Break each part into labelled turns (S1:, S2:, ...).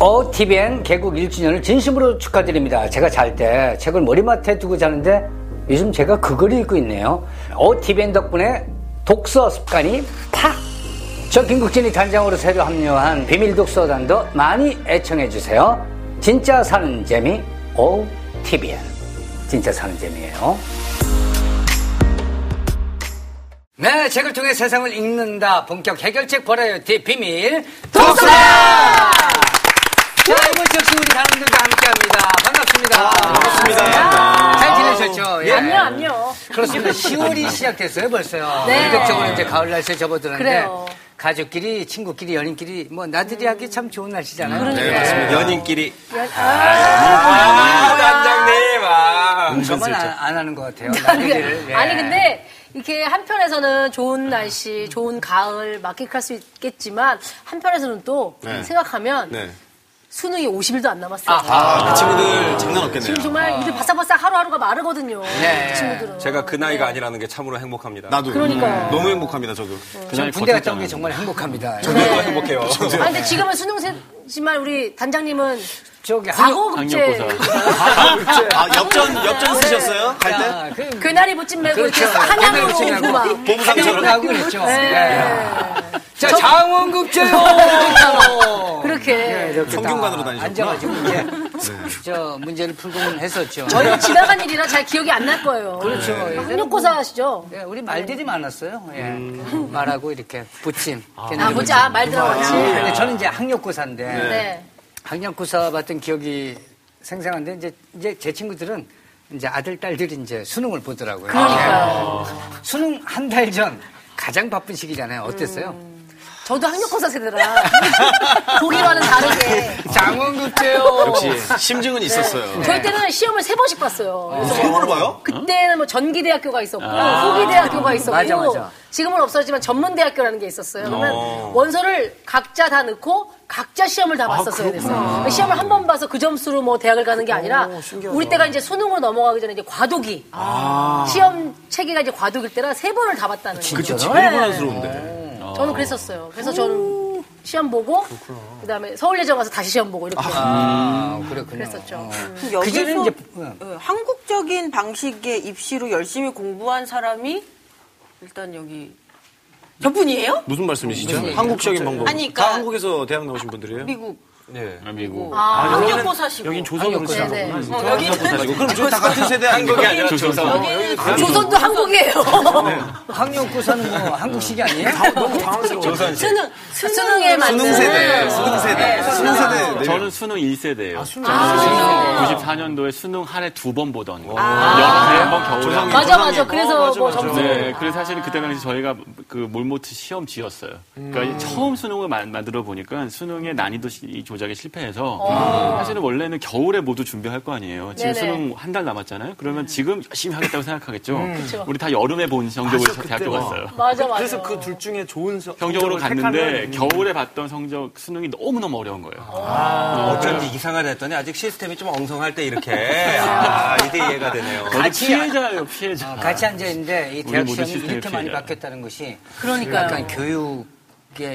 S1: OTBN 어, 개국 1주년을 진심으로 축하드립니다. 제가 잘 때 책을 머리맡에 두고 자는데 요즘 제가 그걸 읽고 있네요. OTBN 덕분에 독서 습관이 팍! 저 김국진이 단장으로 새로 합류한 비밀 독서단도 많이 애청해주세요. 진짜 사는 재미 OTBN. 진짜 사는 재미예요. 네, 책을 통해 세상을 읽는다. 본격 해결책 버라이어티 비밀 독서단! 자, 네 이번 역시 우리 사람들과 함께 합니다.
S2: 아,
S1: 반갑습니다. 반갑습니다. 잘 지내셨죠? 예.
S2: 안녕, 안녕.
S1: 그렇습니다. 10월이 시작됐어요, 벌써요.
S2: 네.
S1: 본격적으로 이제 가을 날씨에 접어드는데.
S2: 그래요.
S1: 가족끼리, 친구끼리, 연인끼리, 뭐, 나들이 하기 참 좋은 날씨잖아요.
S2: 음, 그러니까요.
S3: 네, 맞습니다. 연인끼리.
S2: 예,
S3: 아, 단장님, 아.
S1: 저만 안, 안 하는 것 같아요. 나들이를. 예.
S2: 네, 아니, 근데 이렇게 한편에서는 좋은 날씨, 좋은 가을 막힐할 수 있겠지만 한편에서는 또
S3: 네.
S2: 생각하면
S3: 네.
S2: 수능이 50일도 안 남았어요.
S3: 아, 그 친구들 장난 없겠네요.
S2: 지금 정말 이들 바삭바삭 하루하루가 마르거든요.
S1: 네.
S2: 그 친구들은.
S4: 제가 그 나이가 아니라는 게 참으로 행복합니다.
S3: 나도. 음.
S2: 그러니까요.
S3: 너무 행복합니다, 저도.
S1: 저는 군대 갔다 온 게 정말 행복합니다. 저,
S4: 정말 행복해요.
S2: 아, 근데 지금은 수능생지만 우리 단장님은
S1: 저기,
S2: 과거급제
S3: 아, 엽전, 엽전 쓰셨어요? 갈 때?
S1: 아, 그,
S2: 괴나리 못진 메고 이렇게
S1: 그렇죠.
S2: 한양으로 오고 막.
S3: 보부상처럼.
S1: 하고 그랬죠. 그렇죠.
S2: 네.
S1: 예. 자, 장원급제요!
S2: 그렇게.
S1: 네,
S3: 성균관으로 다니셨구나. 네.
S1: 앉아가지고 이제 저 문제를 풀고는 했었죠.
S2: 저희는 지나간 일이라 잘 기억이 안 날 거예요. 그러니까
S1: 그렇죠. 예전에
S2: 학력고사 하시죠?
S1: 예, 우리 말들이 많았어요. 예.
S3: 음.
S1: 말하고 이렇게 붙임.
S2: 아, 보자. 말 들어봤지.
S1: 아, 근데 저는 이제 학력고사인데
S2: 네.
S1: 학력고사 봤던 기억이 생생한데 이제 이제 제 친구들은 이제 아들 딸들이 이제 수능을 보더라고요.
S2: 그러니까요.
S1: 예. 수능 한 달 전 가장 바쁜 시기잖아요. 어땠어요?
S2: 저도 학력고사 세대라 보기와는 다르게
S1: 장원급제요.
S3: 역시 심증은
S4: 네.
S3: 있었어요.
S2: 저희 때는 시험을 세 번씩 봤어요. 그래서
S3: 세번을 봐요?
S2: 그때는 뭐 전기대학교가 있었고 후기대학교가 있었고
S1: 맞아, 맞아.
S2: 지금은 없어지만 전문대학교라는 게 있었어요. 그러면 원서를 각자 다 넣고 각자 시험을 다 봤었어요. 그래서 시험을 한 번 봐서 그 점수로 뭐 대학을 가는 게 아니라 우리 때가 이제 수능으로 넘어가기 전에 이제 과도기 시험 체계가 이제 과도기일 때라 세 번을 다 봤다는 거예요.
S3: 그쵸, 제일
S4: 네.
S3: 고난스러운데.
S2: 저는 그랬었어요. 그래서 저는 시험 보고 그다음에 서울예전 가서 다시 시험 보고 이렇게
S1: 아, 그렇군요.
S2: 그랬었죠.
S1: 그전에
S5: 여기서
S1: 이제
S5: 어, 한국적인 방식의 입시로 열심히 공부한 사람이 일단 여기 저분이에요?
S3: 무슨 말씀이시죠? 한국적인 방법.
S5: 아니, 그러니까-
S3: 다 한국에서 대학 나오신 분들이에요?
S5: 미국 아,
S4: 네.
S6: 아, 미국.
S5: 학력고사시고
S6: 여긴 조선으로서.
S2: 네.
S5: 어, 여기는
S3: 아니고. 그럼 저희 다 같은 세대 아닌가요?
S4: 한국이 아니라 조선.
S5: 여기는
S2: 조선도 한국이에요.
S1: 학력고사는 뭐 한국식이 아니에요?
S4: 조선식.
S5: 수능
S2: 수능에 맞는
S3: 수능
S4: 네.
S3: 세대, 수능 세대, 수능 세대. 네.
S6: 아, 저는 아, 수능 1세대예요. 94년도에 수능 한 해 두 번 보던 거. 여름에 한번 겨울에 한 번.
S2: 맞아 맞아. 그래서 뭐 점수
S6: 네, 그래서 사실은 그때 당시 저희가 그 몰모트 시험 지었어요. 그러니까 이 처음 수능을 마- 만들어 보니까 수능의 난이도 시- 이 조작에 실패해서 사실은 원래는 겨울에 모두 준비할 거 아니에요. 지금
S2: 네네.
S6: 수능 한 달 남았잖아요. 그러면 지금 열심히 하겠다고 생각하겠죠. 우리 다 여름에 본 성적으로 대학교 갔어요.
S2: 맞아 맞아.
S7: 그래서 그 둘 중에 좋은 서-
S6: 경적으로
S7: 성적을 택하면
S6: 갔는데 겨울에 봤던 성적 수능이 너무너무 어려운 거예요.
S4: 어쩐지 이상하다 했더니 아직 시스템이 좀 엉성할 때 이렇게. 아, 이제 이해가 되네요.
S6: 저도 피해자예요, 피해자.
S1: 아, 같이 앉아있는데 이
S6: 우리
S1: 대학
S6: 모두
S1: 시험이
S6: 시스템의
S1: 이렇게 많이
S6: 피해자.
S1: 바뀌었다는 것이
S2: 그러니까요.
S1: 약간 교육의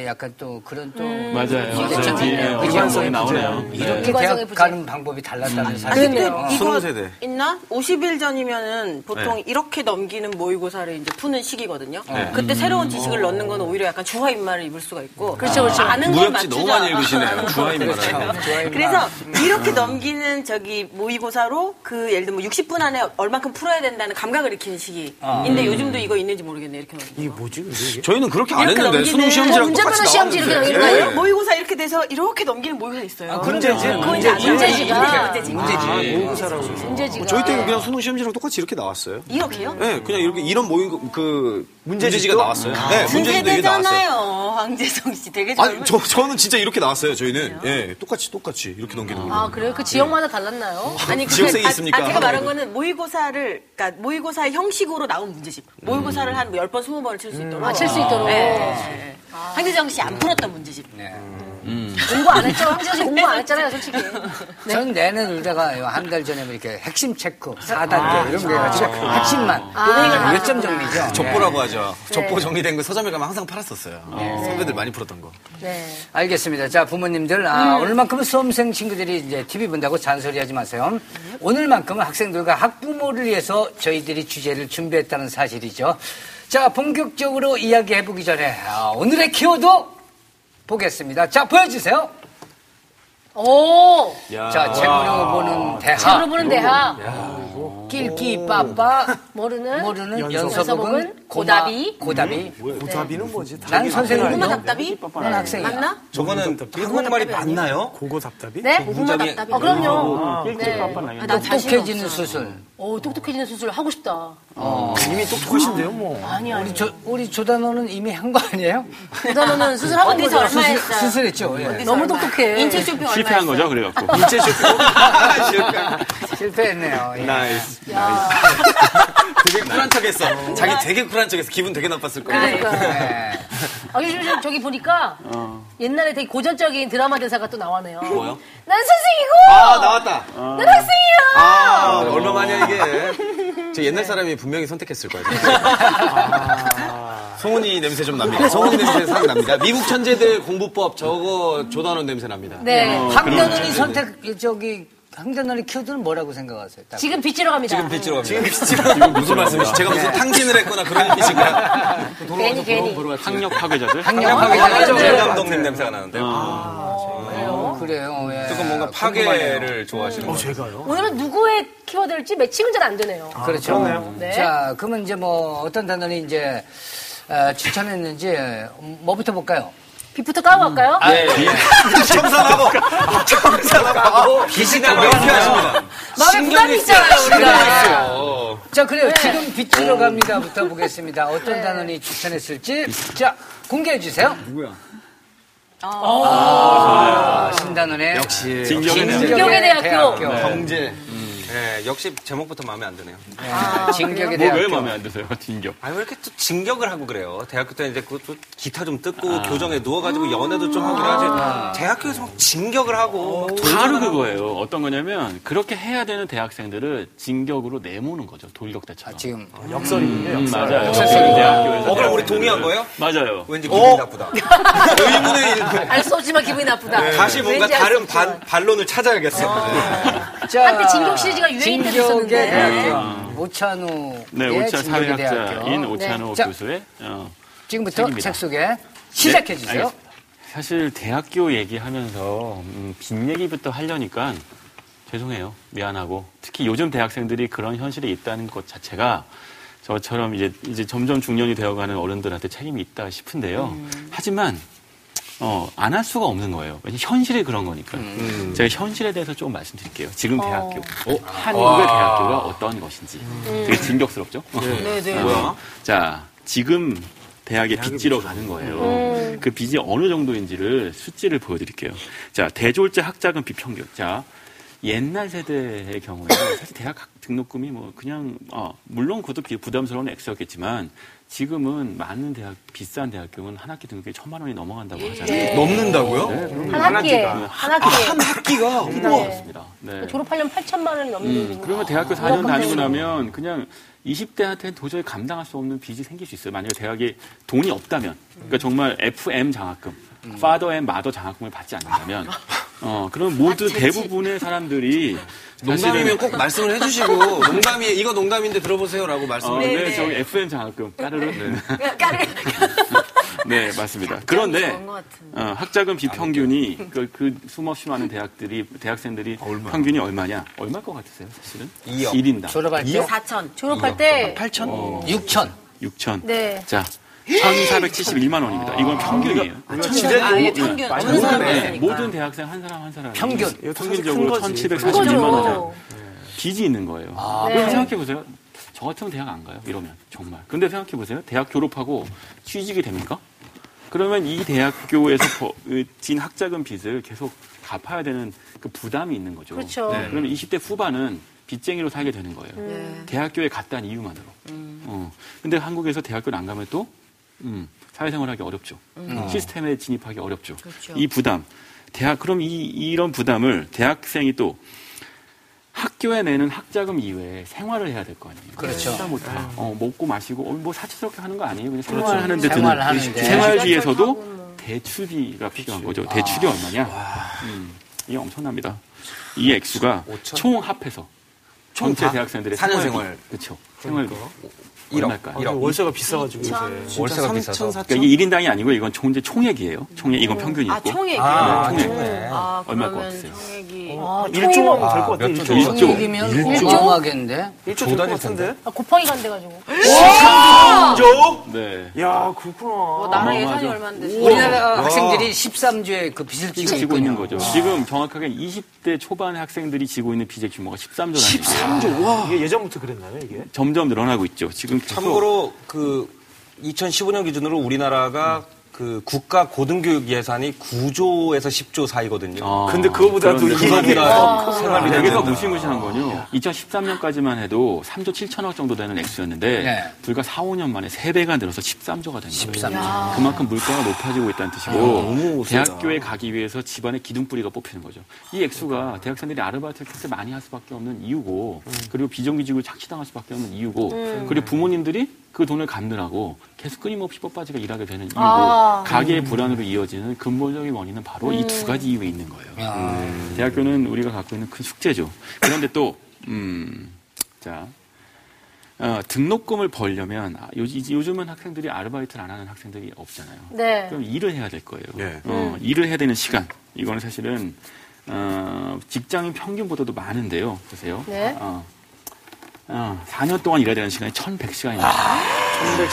S1: 약간 또 그런 또
S6: 맞아요. 맞아요.
S1: 문제점이
S6: 뒤에
S1: 있네요.
S6: 일관성이 나오네요.
S8: 음.
S1: 이렇게
S2: 일관성의
S1: 대학
S2: 부재.
S1: 가는 방법이 달랐다는 사실.
S5: 근데
S1: 요
S5: 이거
S3: 수능 세대. 네.
S5: 있나? 50일 전이면은 보통 이렇게 넘기는 모의고사를 이제 푸는 시기거든요. 네. 그때
S6: 음.
S5: 새로운 지식을 넣는 건 오히려 약간 주화 입마를 입을 수가 있고.
S2: 그렇죠, 그렇죠.
S5: 아는 건
S3: 무협지 너무
S5: 맞추자.
S3: 많이
S4: 아,
S3: 읽으시네요.
S4: 그렇죠.
S3: 주하임이라는.
S5: 그래서 이렇게 넘기는 저기 모의고사로 그 예를 들면 60분 안에 얼만큼 풀어야 된다는 감각을 익히는 시기인데 요즘도 이거 있는지 모르겠네 이렇게 넘기.
S3: 저희는 그렇게 안 했는데
S5: 넘기는-
S3: 수능
S2: 뭐
S3: 시험지랑
S2: 문제만은
S3: 똑같이
S2: 시험지 이렇게
S3: 나오는데.
S2: 넘기는 거예요?
S5: 그러니까 모의고사 이렇게 돼서 이렇게 넘기는 모의고사 있어요.
S1: 문제지.
S5: 그건 그러니까 이제 문제지가 아,
S2: 문제지가.
S3: 뭐 저희 때는 그냥 수능 시험지랑 똑같이 이렇게 나왔어요.
S5: 이렇게요?
S3: 네, 그냥 이렇게 이런 모임 그- 그 문제지가 나왔어요. 네, 문제지도 이게 나왔어요.
S5: 문제되잖아요, 황재성 씨. 되게
S3: 아니,
S5: 젊은.
S3: 저, 저는 진짜 이렇게 나왔어요, 저희는. 예, 똑같이, 똑같이. 이렇게 넘기는 거예요.
S2: 아 그래요? 그 지역마다 달랐나요?
S5: 아니 그게-
S3: 지역색이
S5: 아,
S3: 있습니까?
S5: 아, 제가 말한 거는 모의고사를 그러니까 모의고사의 형식으로 나온 문제집. 모의고사를 한 10번, 20번을 칠 수 있도록.
S2: 아, 칠수 있도록.
S5: 예. 황재정 씨 안 풀었던 문제집.
S2: 공부 안 했죠? 황지영 공부 안 했잖아요, 솔직히.
S4: 전 내내 놀다가 한 달 전에 이렇게 핵심 체크, 4단계 이런 거 해가지고 핵심만. 이거 몇 점 정리죠?
S3: 족보라고 하죠. 족보 정리된 거 서점에 가면 항상 팔았었어요. 선배들 많이 풀었던 거.
S2: 네.
S4: 알겠습니다. 자, 부모님들, 아,
S2: 음.
S4: 오늘만큼은 수험생 친구들이 이제 TV 본다고 잔소리 하지 마세요. 오늘만큼은 학생들과 학부모를 위해서 저희들이 주제를 준비했다는 사실이죠. 자, 본격적으로 이야기해보기 전에 아, 오늘의 키워드 보겠습니다. 자, 보여주세요.
S2: 오!
S4: 자, 책으로 보는 대하.
S2: 책으로 보는 대학.
S4: 낄끼 빠빠.
S2: 모르는.
S4: 음? 모르는
S2: 연서복은
S4: 연서복은
S2: 고다비. 네.
S4: 고다비.
S9: 고사비는 뭐지?
S4: 난 선생님.
S5: 고구마 답답이?
S4: 난 학생이야.
S5: 맞나?
S8: 저거는 한국말이 맞나요?
S9: 고고 답답이?
S2: 네?
S5: 고구마
S8: 문장이-
S5: 답답이.
S2: 어, 그럼요.
S6: 일찍 빠빠 나요.
S5: 아, 나 자신 없어.
S4: 똑똑해지는 수술.
S2: 오, 똑똑해지는 수술 하고 싶다.
S9: 이미 똑똑하신데요, 뭐.
S2: 아니, 아니.
S4: 저, 우리 조단호는 이미 한 거 아니에요?
S2: 보다는 수술 하고
S5: 어디서
S2: 거죠.
S5: 얼마
S4: 수술,
S5: 했어요?
S4: 수술했죠. 예.
S2: 너무 똑똑해.
S5: 인체 쇼핑 얼마
S6: 실패한
S5: 했어요?
S6: 거죠, 그래갖고. 음.
S3: 인체 족보.
S1: 아,
S4: 실패했네요. 예.
S3: 아, 나이스. 되게 쿨한 척했어. 자기 되게 쿨한 척했어. 기분 되게 나빴을 거예요.
S4: 예.
S2: 그러니까. 아, 요즘 저- 저기 보니까 옛날에 되게 고전적인 드라마 대사가 또 나와네요.
S3: 뭐요?
S2: 난 선생이고!
S3: 아 나왔다.
S2: 난 학생이야!
S3: 아 얼마 만이야 이게. 저 옛날 사람이 분명히 선택했을 거예요. 송은이 냄새 좀 납니다. 송은이 네, 냄새 상 납니다. 미국 천재들 공부법 저거 조단원 냄새 납니다.
S2: 네.
S4: 황전원이 선택, 저기, 황전원이 키워드는 뭐라고 생각하세요? 딱.
S2: 지금 빚지러 갑니다.
S3: 지금 빗지러 갑니다. 지금 빗지러 지금 무슨 말씀이시죠? 아, 제가 무슨 탕진을 했거나 그런 뜻인가요?
S2: 괜히, 괜히.
S6: 음. 학력 파괴자들? 아,
S4: 강력하게
S3: 제
S4: 생각하죠.
S3: 감독님 냄새가 나는데요. 아,
S4: 그래요. 예.
S3: 조금 뭔가
S4: 궁금하네요.
S3: 파괴를 좋아하시는 거
S9: 제가요?
S2: 오늘은 누구의 키워드일지 매칭은 잘 안 되네요.
S4: 그렇죠.
S2: 네.
S4: 자, 그러면 이제 뭐 어떤 단어를 이제 어, 추천했는지 뭐부터 볼까요?
S2: 빚부터 까고 갈까요?
S3: 청산하고 청산하고 아, 기신하고 하십니다.
S2: 마음에 부담이 있잖아요, 우리가.
S3: 어.
S4: 자, 그래요.
S2: 네.
S4: 지금 빗질러 갑니다부터 보겠습니다. 어떤 단어를 추천했을지 자 공개해 주세요.
S2: 네.
S4: 누구야? 아, 신단원의
S3: 역시
S6: 예. 진정이네요.
S2: 진격의 대학교.
S3: 경제.
S8: 네, 역시 제목부터 마음에 안 드네요.
S2: 네.
S4: 진격의
S6: 뭐 왜
S4: 대학교.
S6: 마음에 안 드세요, 진격?
S8: 아니 왜 이렇게 또 진격을 하고 그래요? 대학교 때 이제 그것도 기타 좀
S3: 아.
S8: 뜯고 교정에 누워가지고 연애도 좀 하고 그래야지 대학교에서 막 진격을
S3: 어.
S8: 하고 막
S6: 바로 그거예요. 뭐 어떤 거냐면 그렇게 해야 되는 대학생들을 진격으로 내모는 거죠. 돌격대처럼.
S4: 지금
S2: 네.
S9: 역설이군요,
S6: 음,
S9: 역설.
S6: 맞아요. 대학교에서
S8: 어, 그럼
S6: 대학생들을.
S8: 우리 동의한 거예요?
S6: 맞아요.
S3: 어?
S8: 왠지 기분이 나쁘다. 의문의 일부.
S2: 알 수 없지만 기분이 나쁘다.
S3: 네.
S8: 다시 뭔가
S2: 왠지 알수
S8: 다른
S2: 없지만.
S8: 반, 반론을 찾아야겠어.
S4: 자,
S2: 한때 진격 시리즈가 유행인 때도 있었는데. 네.
S4: 진격의 대학교. 오찬우의
S6: 네, 오차
S4: 진격의
S6: 사회학자인
S4: 대학교.
S2: 네.
S6: 오찬호
S4: 자.
S6: 교수의 어,
S4: 지금부터
S6: 책입니다.
S4: 책 소개 시작해
S6: 네,
S4: 주세요.
S6: 알겠습니다. 사실 대학교 얘기하면서 음, 빚 얘기부터 하려니까 죄송해요. 미안하고 특히 요즘 대학생들이 그런 현실이 있다는 것 자체가 저처럼 이제 이제 점점 중년이 되어가는 어른들한테 책임이 있다 싶은데요. 하지만 어, 안 할 수가 없는 거예요. 왜냐면 현실이 그런 거니까. 제가 현실에 대해서 조금 말씀드릴게요. 지금 대학교, 한국의 대학교가 어떤 것인지 되게 진격스럽죠.
S5: 네, 네.
S6: 어, 자, 지금 대학에 빚지러 가는 거예요. 그 빚이 어느 정도인지를 수치를 보여드릴게요. 자, 대졸자 학자금 빚 평균. 자, 옛날 세대의 경우에는 사실 대학 학- 등록금이 뭐 그냥 어, 물론 그것도 비- 부담스러운 액수였겠지만 지금은 많은 대학 비싼 대학교는 한 학기 등록금이 천만 원이 넘어간다고
S8: 네.
S3: 네.
S6: 하잖아요. 네,
S3: 넘는다고요?
S2: 한 학기에. 한 학기에.
S6: 그렇습니다. 네.
S2: 졸업하려면 8천만 원이 넘는 돈이
S6: 음, 그러면 대학교 4년 다니고 나면 그냥 20대한테는 도저히 감당할 수 없는 빚이 생길 수 있어요. 만약에 대학에 돈이 없다면. 그러니까 정말 FM 장학금, father and mother 장학금을 받지 않는다면. 어, 그럼 모두 대부분의 사람들이
S3: 농담이면 네, 꼭 말씀을 해주시고 농담이 이거 농담인데 들어보세요라고
S6: 어,
S3: 말씀을
S6: 네,
S5: 네.
S6: 저기 FM 장학금 까르르. 네.
S5: 까르르.
S6: 네, 맞습니다.
S5: 좋은
S6: 그런데
S5: 것 같은데.
S6: 어, 학자금 비평균이 그, 그 숨없이 많은 대학들이 대학생들이 평균이 얼마냐? 얼마일 것 같으세요, 사실은?
S3: 2억.
S6: 1인당.
S4: 졸업할 때
S5: 4천.
S2: 졸업할 때
S4: 6천.
S6: 6천.
S2: 네.
S6: 자, 1,471만 원입니다. 이건 평균이에요.
S5: 아, 예, 평균. 어느 사람
S6: 네, 모든 대학생 한 사람 한 사람
S4: 평균.
S6: 평균적으로
S2: 그거죠.
S6: 1,741만 원이에요. 빚이 있는 거예요. 그럼 생각해 보세요. 저 같으면 대학 안 가요. 이러면 정말. 근데 생각해 보세요. 대학 졸업하고 취직이 됩니까? 그러면 이 대학교에서 버- 으, 진 학자금 빚을 계속 갚아야 되는 그 부담이 있는 거죠. 네.
S2: 그렇죠.
S6: 그러면 20대 후반은 빚쟁이로 살게 되는 거예요. 대학교에 갔다는 이유만으로. 어. 근데 한국에서 대학교를 안 가면 또 음, 사회생활하기 어렵죠. 시스템에 진입하기 어렵죠. 이 부담, 대학 그럼 이 이런 부담을 대학생이 또 학교에 내는 학자금 이외에 생활을 해야 될 거 아니에요.
S4: 그렇죠.
S6: 식사 못, 어, 먹고 마시고 어, 뭐 사치스럽게 하는 거 아니에요. 그냥 생활하는데 드는
S4: 생활하는데.
S6: 그 생활비에서도 대출비가 필요한 거죠. 대출이 얼마냐? 음, 이게 엄청납니다. 이 액수가 총 합해서 전체 대학생들의
S3: 사년
S6: 생활비.
S3: 생활.
S6: 그렇죠. 생활비 얼마일까요?
S10: 월세가 비싸가지고 요새. 월세가 비싸서.
S6: 그러니까 이게 1인당이 아니고 이건 총 이제 총액이에요. 총액 이건 평균이고.
S5: 아, 총액이요?
S6: 아, 총액.
S8: 네.
S5: 아,
S6: 얼마일 것
S5: 그러면
S6: 같으세요?
S5: 총액이.
S9: 일조면 될 것
S8: 네.
S9: 같아.
S10: 몇 조?
S9: 일조.
S6: 일조.
S2: 총액이면
S4: 조
S2: 일조?
S4: 조용하겠는데?
S9: 일조 될 것 같은데?
S2: 아, 곱하기 간대가지고.
S6: 네.
S9: 야, 그렇구나.
S5: 나라
S6: 어마어마하죠.
S5: 예산이 얼마인데.
S4: 우리나라 학생들이 13조의 그 빚을
S6: 지금
S4: 지고,
S6: 지고 있는
S4: 있군요.
S6: 거죠. 지금 정확하게 20대 초반의 학생들이 지고 있는 빚의 규모가 13조 단위.
S9: 13조. 와. 이게 예전부터 그랬나요, 이게?
S6: 점점 늘어나고 있죠. 지금 계속
S8: 참고로 그 2015년 기준으로 우리나라가 그 국가 고등교육 예산이 9조에서 10조 사이거든요.
S6: 아,
S9: 근데 그거보다 도
S6: 그런데 네,
S9: 이게
S8: 그거보다 더
S9: 이게-
S8: 생활비
S6: 여기서
S8: 때문에.
S6: 무시무시한 건요. 2013년까지만 해도 3조 7천억 정도 되는 액수였는데
S4: 네.
S6: 불과 4, 5년 만에 3배가 늘어서 13조가 된 거예요.
S4: 13조.
S6: 그만큼 물가가 높아지고 있다는 뜻이고 대학교에 가기 위해서 집안의 기둥뿌리가 뽑히는 거죠. 이 액수가 대학생들이 아르바이트를 그렇게 많이 할 수밖에 없는 이유고 그리고 비정규직으로 착취당할 수밖에 없는 이유고 그리고 부모님들이 그 돈을 갚느라고 계속 끊임없이 뻣빠지가 일하게 되는 이유고 가계의 불안으로 이어지는 근본적인 원인은 바로 이 두 가지 이유에 있는 거예요. 음. 대학교는 우리가 갖고 있는 큰 숙제죠. 그런데 또, 음, 자. 어, 등록금을 벌려면 아, 요, 이제 요즘은 학생들이 아르바이트를 안 하는 학생들이 없잖아요.
S2: 네.
S6: 그럼 일을 해야 될 거예요.
S3: 네.
S6: 어, 일을 해야 되는 시간 이거는 사실은 어, 직장인 평균보다도 많은데요. 보세요.
S2: 네.
S6: 어, 어, 4년 동안 일해야 되는 시간이 1,100시간입니다.
S5: 아,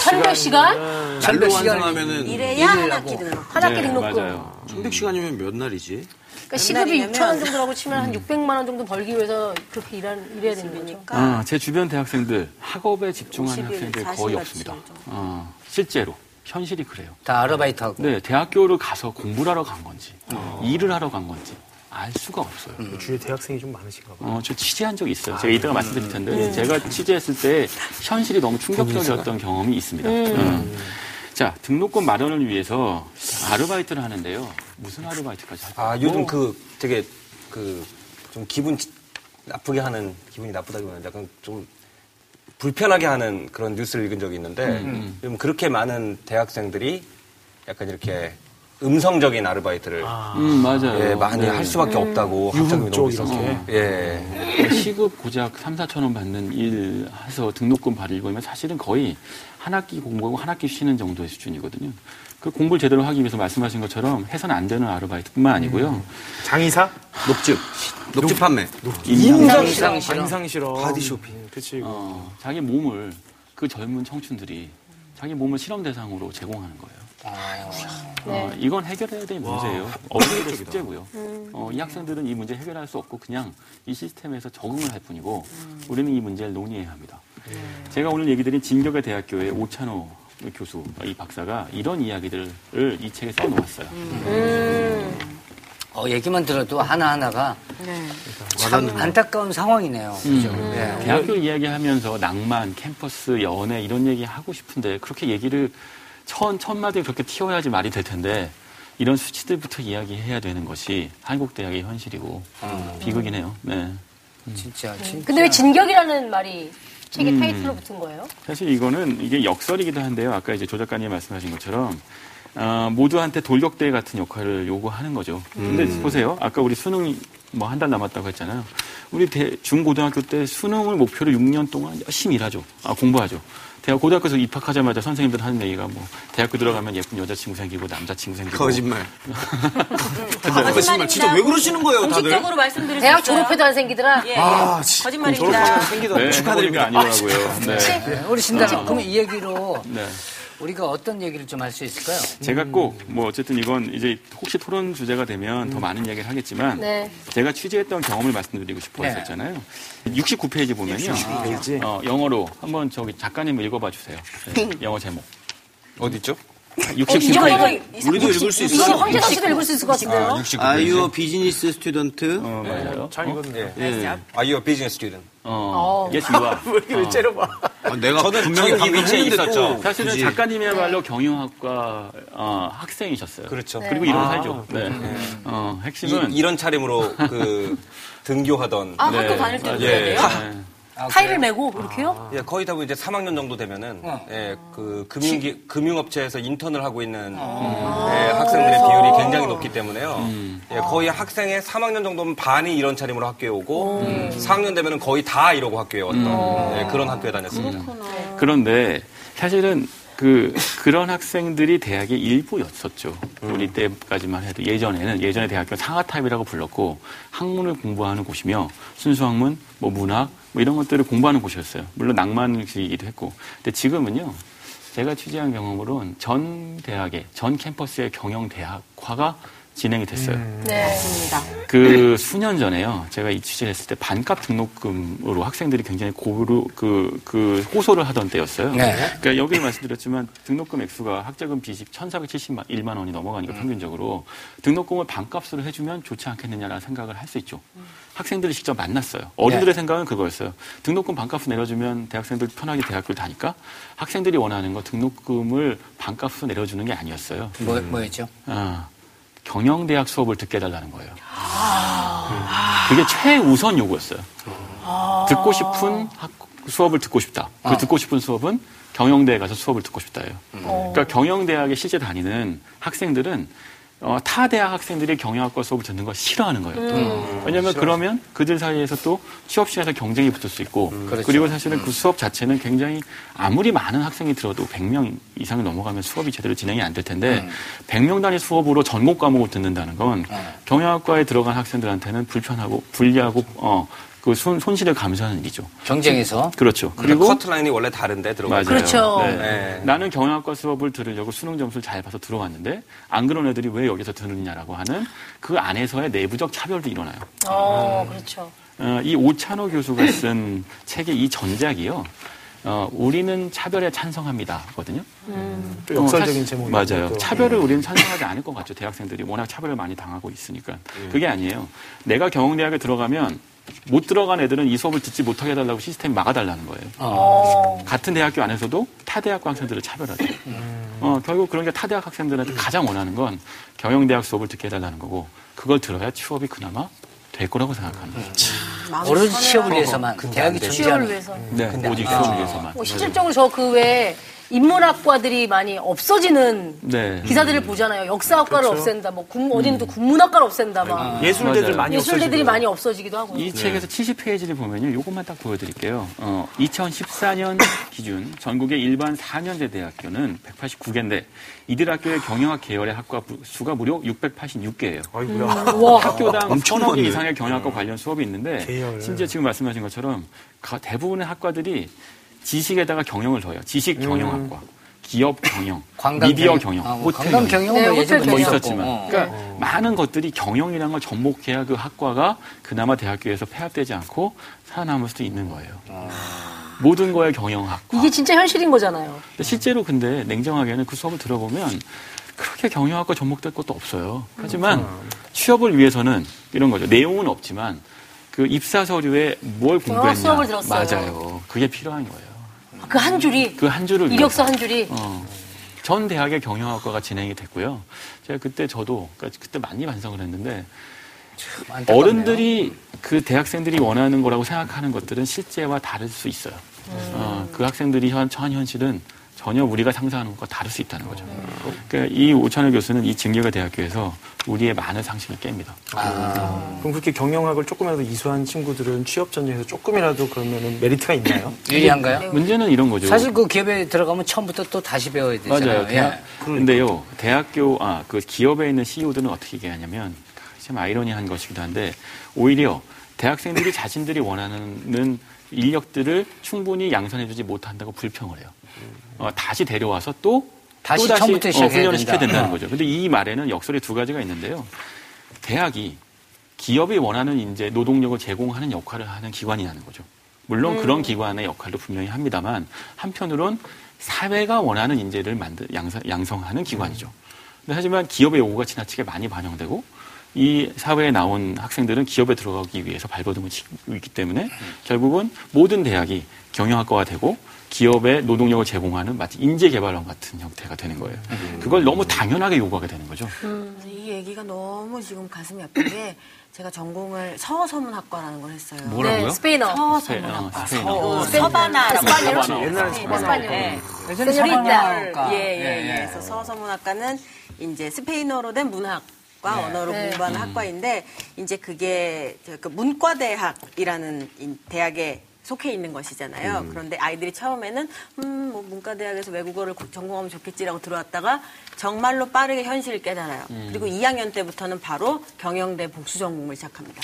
S2: 1,100 시간?
S4: 절로
S3: 날로
S4: 시간을
S3: 환산하면은
S5: 이래야 한 학기 등록.
S2: 한 학기 등록금.
S6: 네, 맞아요.
S3: 100시간이면 몇 날이지?
S2: 그러니까 시급이
S5: 옛날이냐면-
S2: 6천 원 정도라고 치면 한 600만 원 정도 벌기 위해서 그렇게 일한, 일해야 되는 거죠.
S5: 그러니까
S6: 아, 제 주변 대학생들 학업에 집중하는
S5: 50일,
S6: 학생들
S5: 40일
S6: 거의 없습니다.
S5: 정도.
S6: 어, 실제로 현실이 그래요.
S4: 다 아르바이트하고.
S6: 네, 대학교를 가서 공부를 하러 간 건지 어, 일을 하러 간 건지 알 수가 없어요.
S9: 주위에 대학생이 좀 많으신가 봐.
S6: 어, 저 취재한 적이 있어요.
S8: 아,
S6: 제가 이따가 말씀드릴 텐데
S8: 예.
S6: 제가 취재했을 때 현실이 너무 충격적이었던 경험이 있습니다.
S8: 예.
S6: 음. 자, 등록금 마련을 위해서 아르바이트를 하는데요. 무슨 아르바이트까지 할까요?
S8: 아
S3: 뭐.
S8: 요즘 그 되게 그 좀 기분 지- 나쁘게 하는 기분이 나쁘다기보다는 약간 좀 불편하게 하는 그런 뉴스를 읽은 적이 있는데
S3: 음,
S8: 요즘 그렇게 많은 대학생들이 약간 이렇게 음성적인 아르바이트를
S6: 음, 맞아요.
S8: 예, 많이
S6: 네.
S8: 할 수밖에 없다고 학점이 너무 비싸서
S3: 네.
S8: 예.
S3: 음.
S6: 시급 고작 3, 4천 원 받는 일 해서 등록금 받으려고 하면 사실은 거의 한 학기 공부하고 한 학기 쉬는 정도의 수준이거든요. 그 공부를 제대로 하기 위해서 말씀하신 것처럼 해서는 안 되는 아르바이트뿐만 아니고요.
S8: 음.
S9: 장의사?
S3: 녹즙. 녹즙 판매.
S6: 임상
S4: 임상실험.
S9: 인상실험. 바디쇼핑. 음, 그치.
S6: 어, 자기 몸을 그 젊은 청춘들이 자기 몸을 실험 대상으로 제공하는 거예요.
S2: 네.
S6: 어, 이건 해결해야 될 문제예요. 어른들의 숙제고요. 어, 이 학생들은 이 문제 해결할 수 없고 그냥 이 시스템에서 적응을 할 뿐이고 우리는 이 문제를 논의해야 합니다. 제가 오늘 얘기 드린 진격의 대학교의 오찬호 교수, 이 박사가 이런 이야기들을 이 책에 써놓았어요.
S4: 어, 얘기만 들어도 하나하나가 참 안타까운 상황이네요.
S6: 음.
S4: 그죠? 네.
S6: 대학교 이야기하면서 낭만, 캠퍼스, 연애 이런 얘기 하고 싶은데 그렇게 얘기를 천, 첫 마디 그렇게 튀어야지 말이 될 텐데 이런 수치들부터 이야기해야 되는 것이 한국 대학의 현실이고 비극이네요. 네.
S4: 진짜, 진짜.
S2: 근데 왜 진격이라는 말이 책의 타이틀로 붙은 거예요?
S6: 사실 이거는 이게 역설이기도 한데요. 아까 이제 조 작가님 말씀하신 것처럼 아, 모두한테 돌격대 같은 역할을 요구하는 거죠. 근데
S3: 음.
S6: 보세요. 아까 우리 수능 뭐 한 달 남았다고 했잖아요. 우리 대, 중고등학교 때 수능을 목표로 6년 동안 열심히 일하죠. 아, 공부하죠. 대학 고등학교에서 입학하자마자 선생님들 하는 얘기가 뭐 대학교 들어가면 예쁜 여자친구 생기고 남자친구 생기고
S3: 거짓말. 거짓말. 진짜 왜 그러시는 거예요, 다들?
S5: 공식적으로 말씀드릴 수
S2: 대학
S5: 있어요?
S2: 졸업해도 안 생기더라.
S5: 예, 예.
S9: 아, 진짜.
S5: 거짓말입니다.
S6: 네,
S3: 축하드립니다.
S6: 아니더라고요. 네.
S4: 네, 우리
S6: 아.
S4: 신다님, 그럼 이 얘기로
S6: 네.
S4: 우리가 어떤 얘기를 좀 할 수 있을까요?
S6: 제가 꼭 뭐 어쨌든 이건 이제 혹시 토론 주제가 되면 더 많은 이야기를 하겠지만
S2: 네.
S6: 제가 취재했던 경험을 말씀드리고 싶어
S4: 네.
S6: 했었잖아요. 69페이지 보면요.
S9: 페이지.
S6: 어, 영어로 한번 저기 작가님 읽어봐 주세요. 네, 영어 제목.
S3: 어디 있죠?
S5: 이
S6: 60.
S5: 정도는
S3: 우리도 읽을 수 네.
S2: 이거는
S3: 있어.
S2: 황재석 씨도 읽을 수 있을 것 같은데요.
S3: 아이유 비즈니스 스튜던트.
S9: 잘 읽었네.
S3: 아,
S8: Are you a business student?
S6: 어, yes, you are.
S9: 왜 이렇게 왜 째려봐.
S3: 아, 내가
S8: 저는 분명히
S3: 자기
S8: 방금
S3: 위치에
S8: 했는데
S3: 있었죠.
S8: 또
S6: 사실은
S3: 굳이.
S6: 작가님이야말로 경영학과 어, 학생이셨어요.
S8: 그렇죠.
S6: 그리고 이런 살죠. 네. 어, 핵심은
S8: 이, 이런 차림으로 그 등교하던
S5: 아, 학교 다닐 때도 그래야 돼요?
S6: 네.
S2: 타이를 메고 이렇게요?
S3: 아.
S8: 예, 거의 다 이제 3학년 정도 되면은 예, 그 금융 기, 금융업체에서 인턴을 하고 있는 예, 학생들의 비율이 굉장히 높기 때문에요. 예, 거의 학생의 3학년 정도면 반이 이런 차림으로 학교에 오고 4학년 되면은 거의 다 이러고 학교에 왔던
S3: 음.
S8: 예, 그런 학교에 다녔습니다.
S6: 그런데 사실은 그 그런 학생들이 대학의 일부였었죠. 우리 때까지만 해도 예전에는 예전에 대학교 상하 타입이라고 불렀고 학문을 공부하는 곳이며 순수 학문, 뭐 문학 뭐 이런 것들을 공부하는 곳이었어요. 물론 낭만이기도 했고. 근데 지금은요. 제가 취재한 경험으로는 전 대학의 전 캠퍼스의 경영 대학화가 진행이 됐어요.
S2: 네.
S6: 그 수년 전에요. 제가 이 취재를 했을 때 반값 등록금으로 학생들이 굉장히 고루 그, 그 호소를 하던 때였어요.
S4: 네.
S6: 그러니까 여기 말씀드렸지만 등록금 액수가 학자금 비식 1,471만 원이 넘어가니까 평균적으로 등록금을 반값으로 해주면 좋지 않겠느냐라는 생각을 할 수 있죠. 학생들이 직접 만났어요. 어른들의 생각은 그거였어요. 등록금 반값으로 내려주면 대학생들 편하게 대학교를 다니까 학생들이 원하는 거 등록금을 반값으로 내려주는 게 아니었어요.
S4: 뭐, 뭐였죠?
S6: 아, 경영대학 수업을 듣게 해달라는 거예요. 음, 그게 최우선 요구였어요. 듣고 싶은 학- 수업을 듣고 싶다. 그 듣고 싶은 수업은 경영대에 가서 수업을 듣고 싶다예요. 그러니까 경영대학에 실제 다니는 학생들은 어, 타 대학 학생들이 경영학과 수업을 듣는 걸 싫어하는 거예요. 왜냐하면 그러면 그들 사이에서 또 취업 시간에서 경쟁이 붙을 수 있고 그리고 사실은 그 수업 자체는 굉장히 아무리 많은 학생이 들어도 100명 이상이 넘어가면 수업이 제대로 진행이 안 될 텐데
S8: 음.
S6: 100명 단위 수업으로 전공 과목을 듣는다는 건
S8: 네.
S6: 경영학과에 들어간 학생들한테는 불편하고 불리하고 어, 그 손, 손실을 감수하는 일이죠.
S4: 경쟁에서.
S6: 그렇죠.
S8: 음. 그리고
S6: 그리고
S8: 그러니까 커트라인이 원래 다른데 들어가
S6: 맞아요.
S2: 그렇죠.
S6: 네.
S8: 네.
S6: 나는 경영학과 수업을 들으려고 수능 점수를 잘 봐서 들어왔는데 안 그런 애들이 왜 여기서 들느냐라고 하는 그 안에서의 내부적 차별도 일어나요.
S2: 어, 그렇죠.
S6: 어, 이 오찬호 교수가 쓴 책의 이 전작이요. 어, 우리는 차별에 찬성합니다거든요. 어,
S9: 또 역설적인 네.
S6: 사실-
S9: 제목이
S6: 맞아요. 차별을 우리는 찬성하지 않을 것 같죠. 대학생들이 워낙 차별을 많이 당하고 있으니까.
S9: 네.
S6: 그게 아니에요. 내가 경영대학에 들어가면 못 들어간 애들은 이 수업을 듣지 못하게 해달라고 시스템이 막아달라는 거예요.
S2: 어,
S6: 같은 대학교 안에서도 타 대학교 학생들을 차별하죠.
S9: 음.
S6: 어, 결국 그런 게 타 대학 학생들한테 가장 원하는 건 경영대학 수업을 듣게 해달라는 거고 그걸 들어야 취업이 그나마 될 거라고 생각합니다.
S4: 오로지 취업을 위해서만. 대학이
S1: 음.
S2: 취업을
S4: 존재하는.
S2: 위해서.
S6: 네, 오직 수업 위해서만.
S2: 뭐 실질적으로 저 그 외에 인문학과들이 많이 없어지는
S6: 네.
S2: 기사들을 보잖아요. 역사학과를 없앤다, 뭐 군, 어디는 또 국문학과를 없앤다,
S8: 음.
S2: 막.
S9: 예술대들
S6: 맞아요.
S9: 많이
S2: 예술대들이
S9: 없어지고.
S2: 많이 없어지기도 하고. 네,
S6: 이 책에서 70페이지를 보면요. 요것만 딱 보여드릴게요. 어, 2014년 기준 전국의 일반 4년제 대학교는 189개인데 이들 학교의 경영학 계열의 학과 부- 수가 무려 686개예요.
S9: 아이고야.
S6: 음, 학교당
S3: 엄청
S6: 서너 개
S3: 많네.
S6: 이상의 경영학과 관련 수업이 있는데
S9: 계열.
S6: 심지어 지금 말씀하신 것처럼 가- 대부분의 학과들이 지식에다가 경영을 더해요. 지식 경영학과, 기업 경영,
S4: 관광
S6: 미디어
S4: 경영.
S6: 경영,
S4: 아, 뭐
S6: 호텔
S4: 관광
S6: 경영.
S4: 경영은
S2: 네,
S4: 뭐
S2: 호텔
S4: 예전에
S6: 뭐
S2: 경영.
S4: 있었고.
S6: 있었지만
S4: 어.
S6: 그러니까
S2: 네.
S6: 많은 것들이 경영이라는 걸 접목해야 그 학과가 그나마 대학교에서 폐합되지 않고 살아남을 수도 있는 거예요. 모든 거에 경영학과.
S2: 이게 진짜 현실인 거잖아요.
S6: 근데 실제로 근데 냉정하게는 그 수업을 들어보면 그렇게 경영학과 접목될 것도 없어요. 하지만
S2: 음.
S6: 취업을 위해서는 이런 거죠. 내용은 없지만 그 입사 서류에 뭘 공부했냐.
S2: 아, 수업을 들었어요.
S6: 맞아요. 그게 필요한 거예요.
S2: 그 한 줄이,
S6: 그 한 줄을
S2: 이력서
S6: 위해서.
S2: 한 줄이. 네,
S6: 어. 전 대학의 경영학과가 진행이 됐고요. 제가 그때 저도 그러니까 그때 많이 반성을 했는데
S4: 안타깝네요.
S6: 어른들이 그 대학생들이 원하는 거라고 생각하는 것들은 실제와 다를 수 있어요.
S4: 음.
S6: 어, 그 학생들이 현, 처한 현실은 전혀 우리가 상상하는 것과 다를 수 있다는 거죠.
S4: 음.
S6: 그러니까 이 오찬호 교수는 이 징계가 대학교에서 우리의 많은 상식을 깹니다.
S9: 그럼 그렇게 경영학을 조금이라도 이수한 친구들은 취업 전쟁에서 조금이라도 그러면은 메리트가 있나요?
S4: 유리한가요?
S6: 문제는 이런 거죠.
S4: 음. 사실 그 기업에 들어가면 처음부터 또 다시 배워야 되잖아요.
S6: 맞아요. 네. 대학,
S4: 예.
S6: 근데요, 대학교, 아, 그 기업에 있는 CEO들은 어떻게 얘기하냐면, 참 아이러니한 것이기도 한데, 오히려 대학생들이 자신들이 원하는 인력들을 충분히 양산해주지 못한다고 불평을 해요. 어, 다시 데려와서 또,
S4: 다시
S6: 또
S4: 처음부터
S6: 어,
S4: 시작해야 된다.
S6: 훈련을 시켜야 된다는
S4: 어.
S6: 거죠. 근데 이 말에는 역설이 두 가지가 있는데요. 대학이 기업이 원하는 인재, 노동력을 제공하는 역할을 하는 기관이라는 거죠. 물론 그런 기관의 역할도 분명히 합니다만 한편으론 사회가 원하는 인재를 만들 양사, 양성하는 기관이죠. 근데 하지만 기업의 요구가 지나치게 많이 반영되고 이 사회에 나온 학생들은 기업에 들어가기 위해서 발버둥을 치고 있기 때문에 결국은 모든 대학이 경영학과가 되고 기업에 노동력을 제공하는 마치 인재개발원 같은 형태가 되는 거예요. 그걸 너무 당연하게 요구하게 되는 거죠.
S5: 이 얘기가 너무 지금 가슴이 아픈 게 제가 전공을 서서문학과라는 걸 했어요.
S6: 뭐?
S2: 네, 스페인어.
S5: 서서문학과.
S6: 아, 스페인어.
S5: 서바나라고
S2: 스파니어.
S5: 하죠.
S6: 옛날에
S5: 스파니어. 예.
S4: 예전에
S5: 스페인어.
S4: 서바나가.
S5: 예, 예,
S4: 예,
S5: 예.
S4: 예.
S5: 그래서 서서문학과는 이제 스페인어로 된 문학과 언어를
S2: 네.
S5: 공부하는 학과인데 이제 그게 저그 문과대학이라는 이 대학에 속해 있는 것이잖아요. 그런데 아이들이 처음에는 음 뭐 문과대학에서 외국어를 고- 전공하면 좋겠지라고 들어왔다가 정말로 빠르게 현실을 깨달아요. 그리고 2학년 때부터는 바로 경영대 복수 전공을 시작합니다.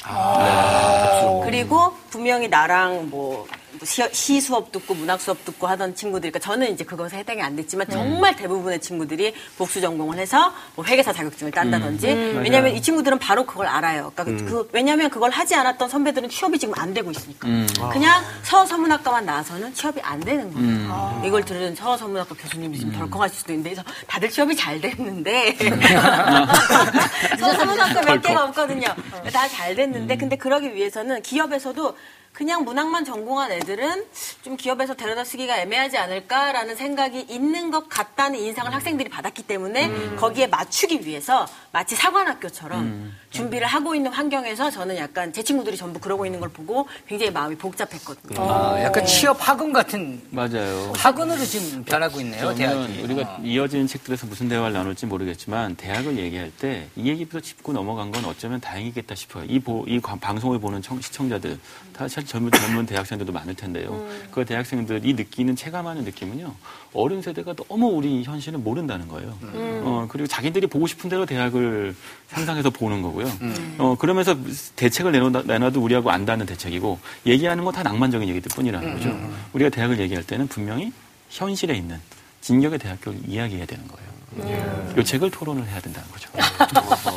S5: 그리고 분명히 나랑 뭐 시, 시 수업 듣고 문학 수업 듣고 하던 친구들, 그러니까 저는 이제 그것에 해당이 안 됐지만 정말 대부분의 친구들이 복수 전공을 해서 뭐 회계사 자격증을 딴다든지 왜냐하면 이 친구들은 바로 그걸 알아요. 그러니까 그- 그- 왜냐하면 그걸 하지 않았던 선배들은 취업이 지금 안 되고 있으니까 그냥 서서문학과만 나와서는 취업이 안 되는 거예요. 아. 이걸 들은 서서문학과 교수님이 지금 덜컹하실 수도 있는데 그래서 다들 취업이 잘 됐는데 서서문학과 몇 개가 없거든요. 다 잘 됐는데 근데 그러기 위해서는 기업에서도 그냥 문학만 전공한 애들은 좀 기업에서 데려다 쓰기가 애매하지 않을까라는 생각이 있는 것 같다는 인상을 학생들이 받았기 때문에 거기에 맞추기 위해서 마치 사관학교처럼 준비를 하고 있는 환경에서 저는 약간 제 친구들이 전부 그러고 있는 걸 보고 굉장히 마음이 복잡했거든요.
S4: 아, 약간 취업 학원 같은
S6: 맞아요.
S4: 학원으로 지금 변하고 있네요, 대학이.
S6: 저는 그렇죠. 우리가 이어지는 책들에서 무슨 대화를 나눌지 모르겠지만 대학을 얘기할 때 이 얘기부터 짚고 넘어간 건 어쩌면 다행이겠다 싶어요. 이, 보, 이 관- 방송을 보는 청- 시청자들 다 사실 젊은, 젊은 대학생들도 많을 텐데요.
S4: 음.
S6: 그 대학생들이 느끼는 체감하는 느낌은요. 어른 세대가 너무 우리 현실을 모른다는 거예요.
S4: 음.
S6: 어, 그리고 자기들이 보고 싶은 대로 대학을 상상해서 보는 거고요.
S4: 음.
S6: 어, 그러면서 대책을 내놓, 내놔도 우리하고 안다는 대책이고 얘기하는 건 다 낭만적인 얘기들
S4: 음.
S6: 뿐이라는 거죠. 우리가 대학을 얘기할 때는 분명히 현실에 있는 진격의 대학교를 이야기해야 되는 거예요. 요 책을 토론을 해야 된다는 거죠.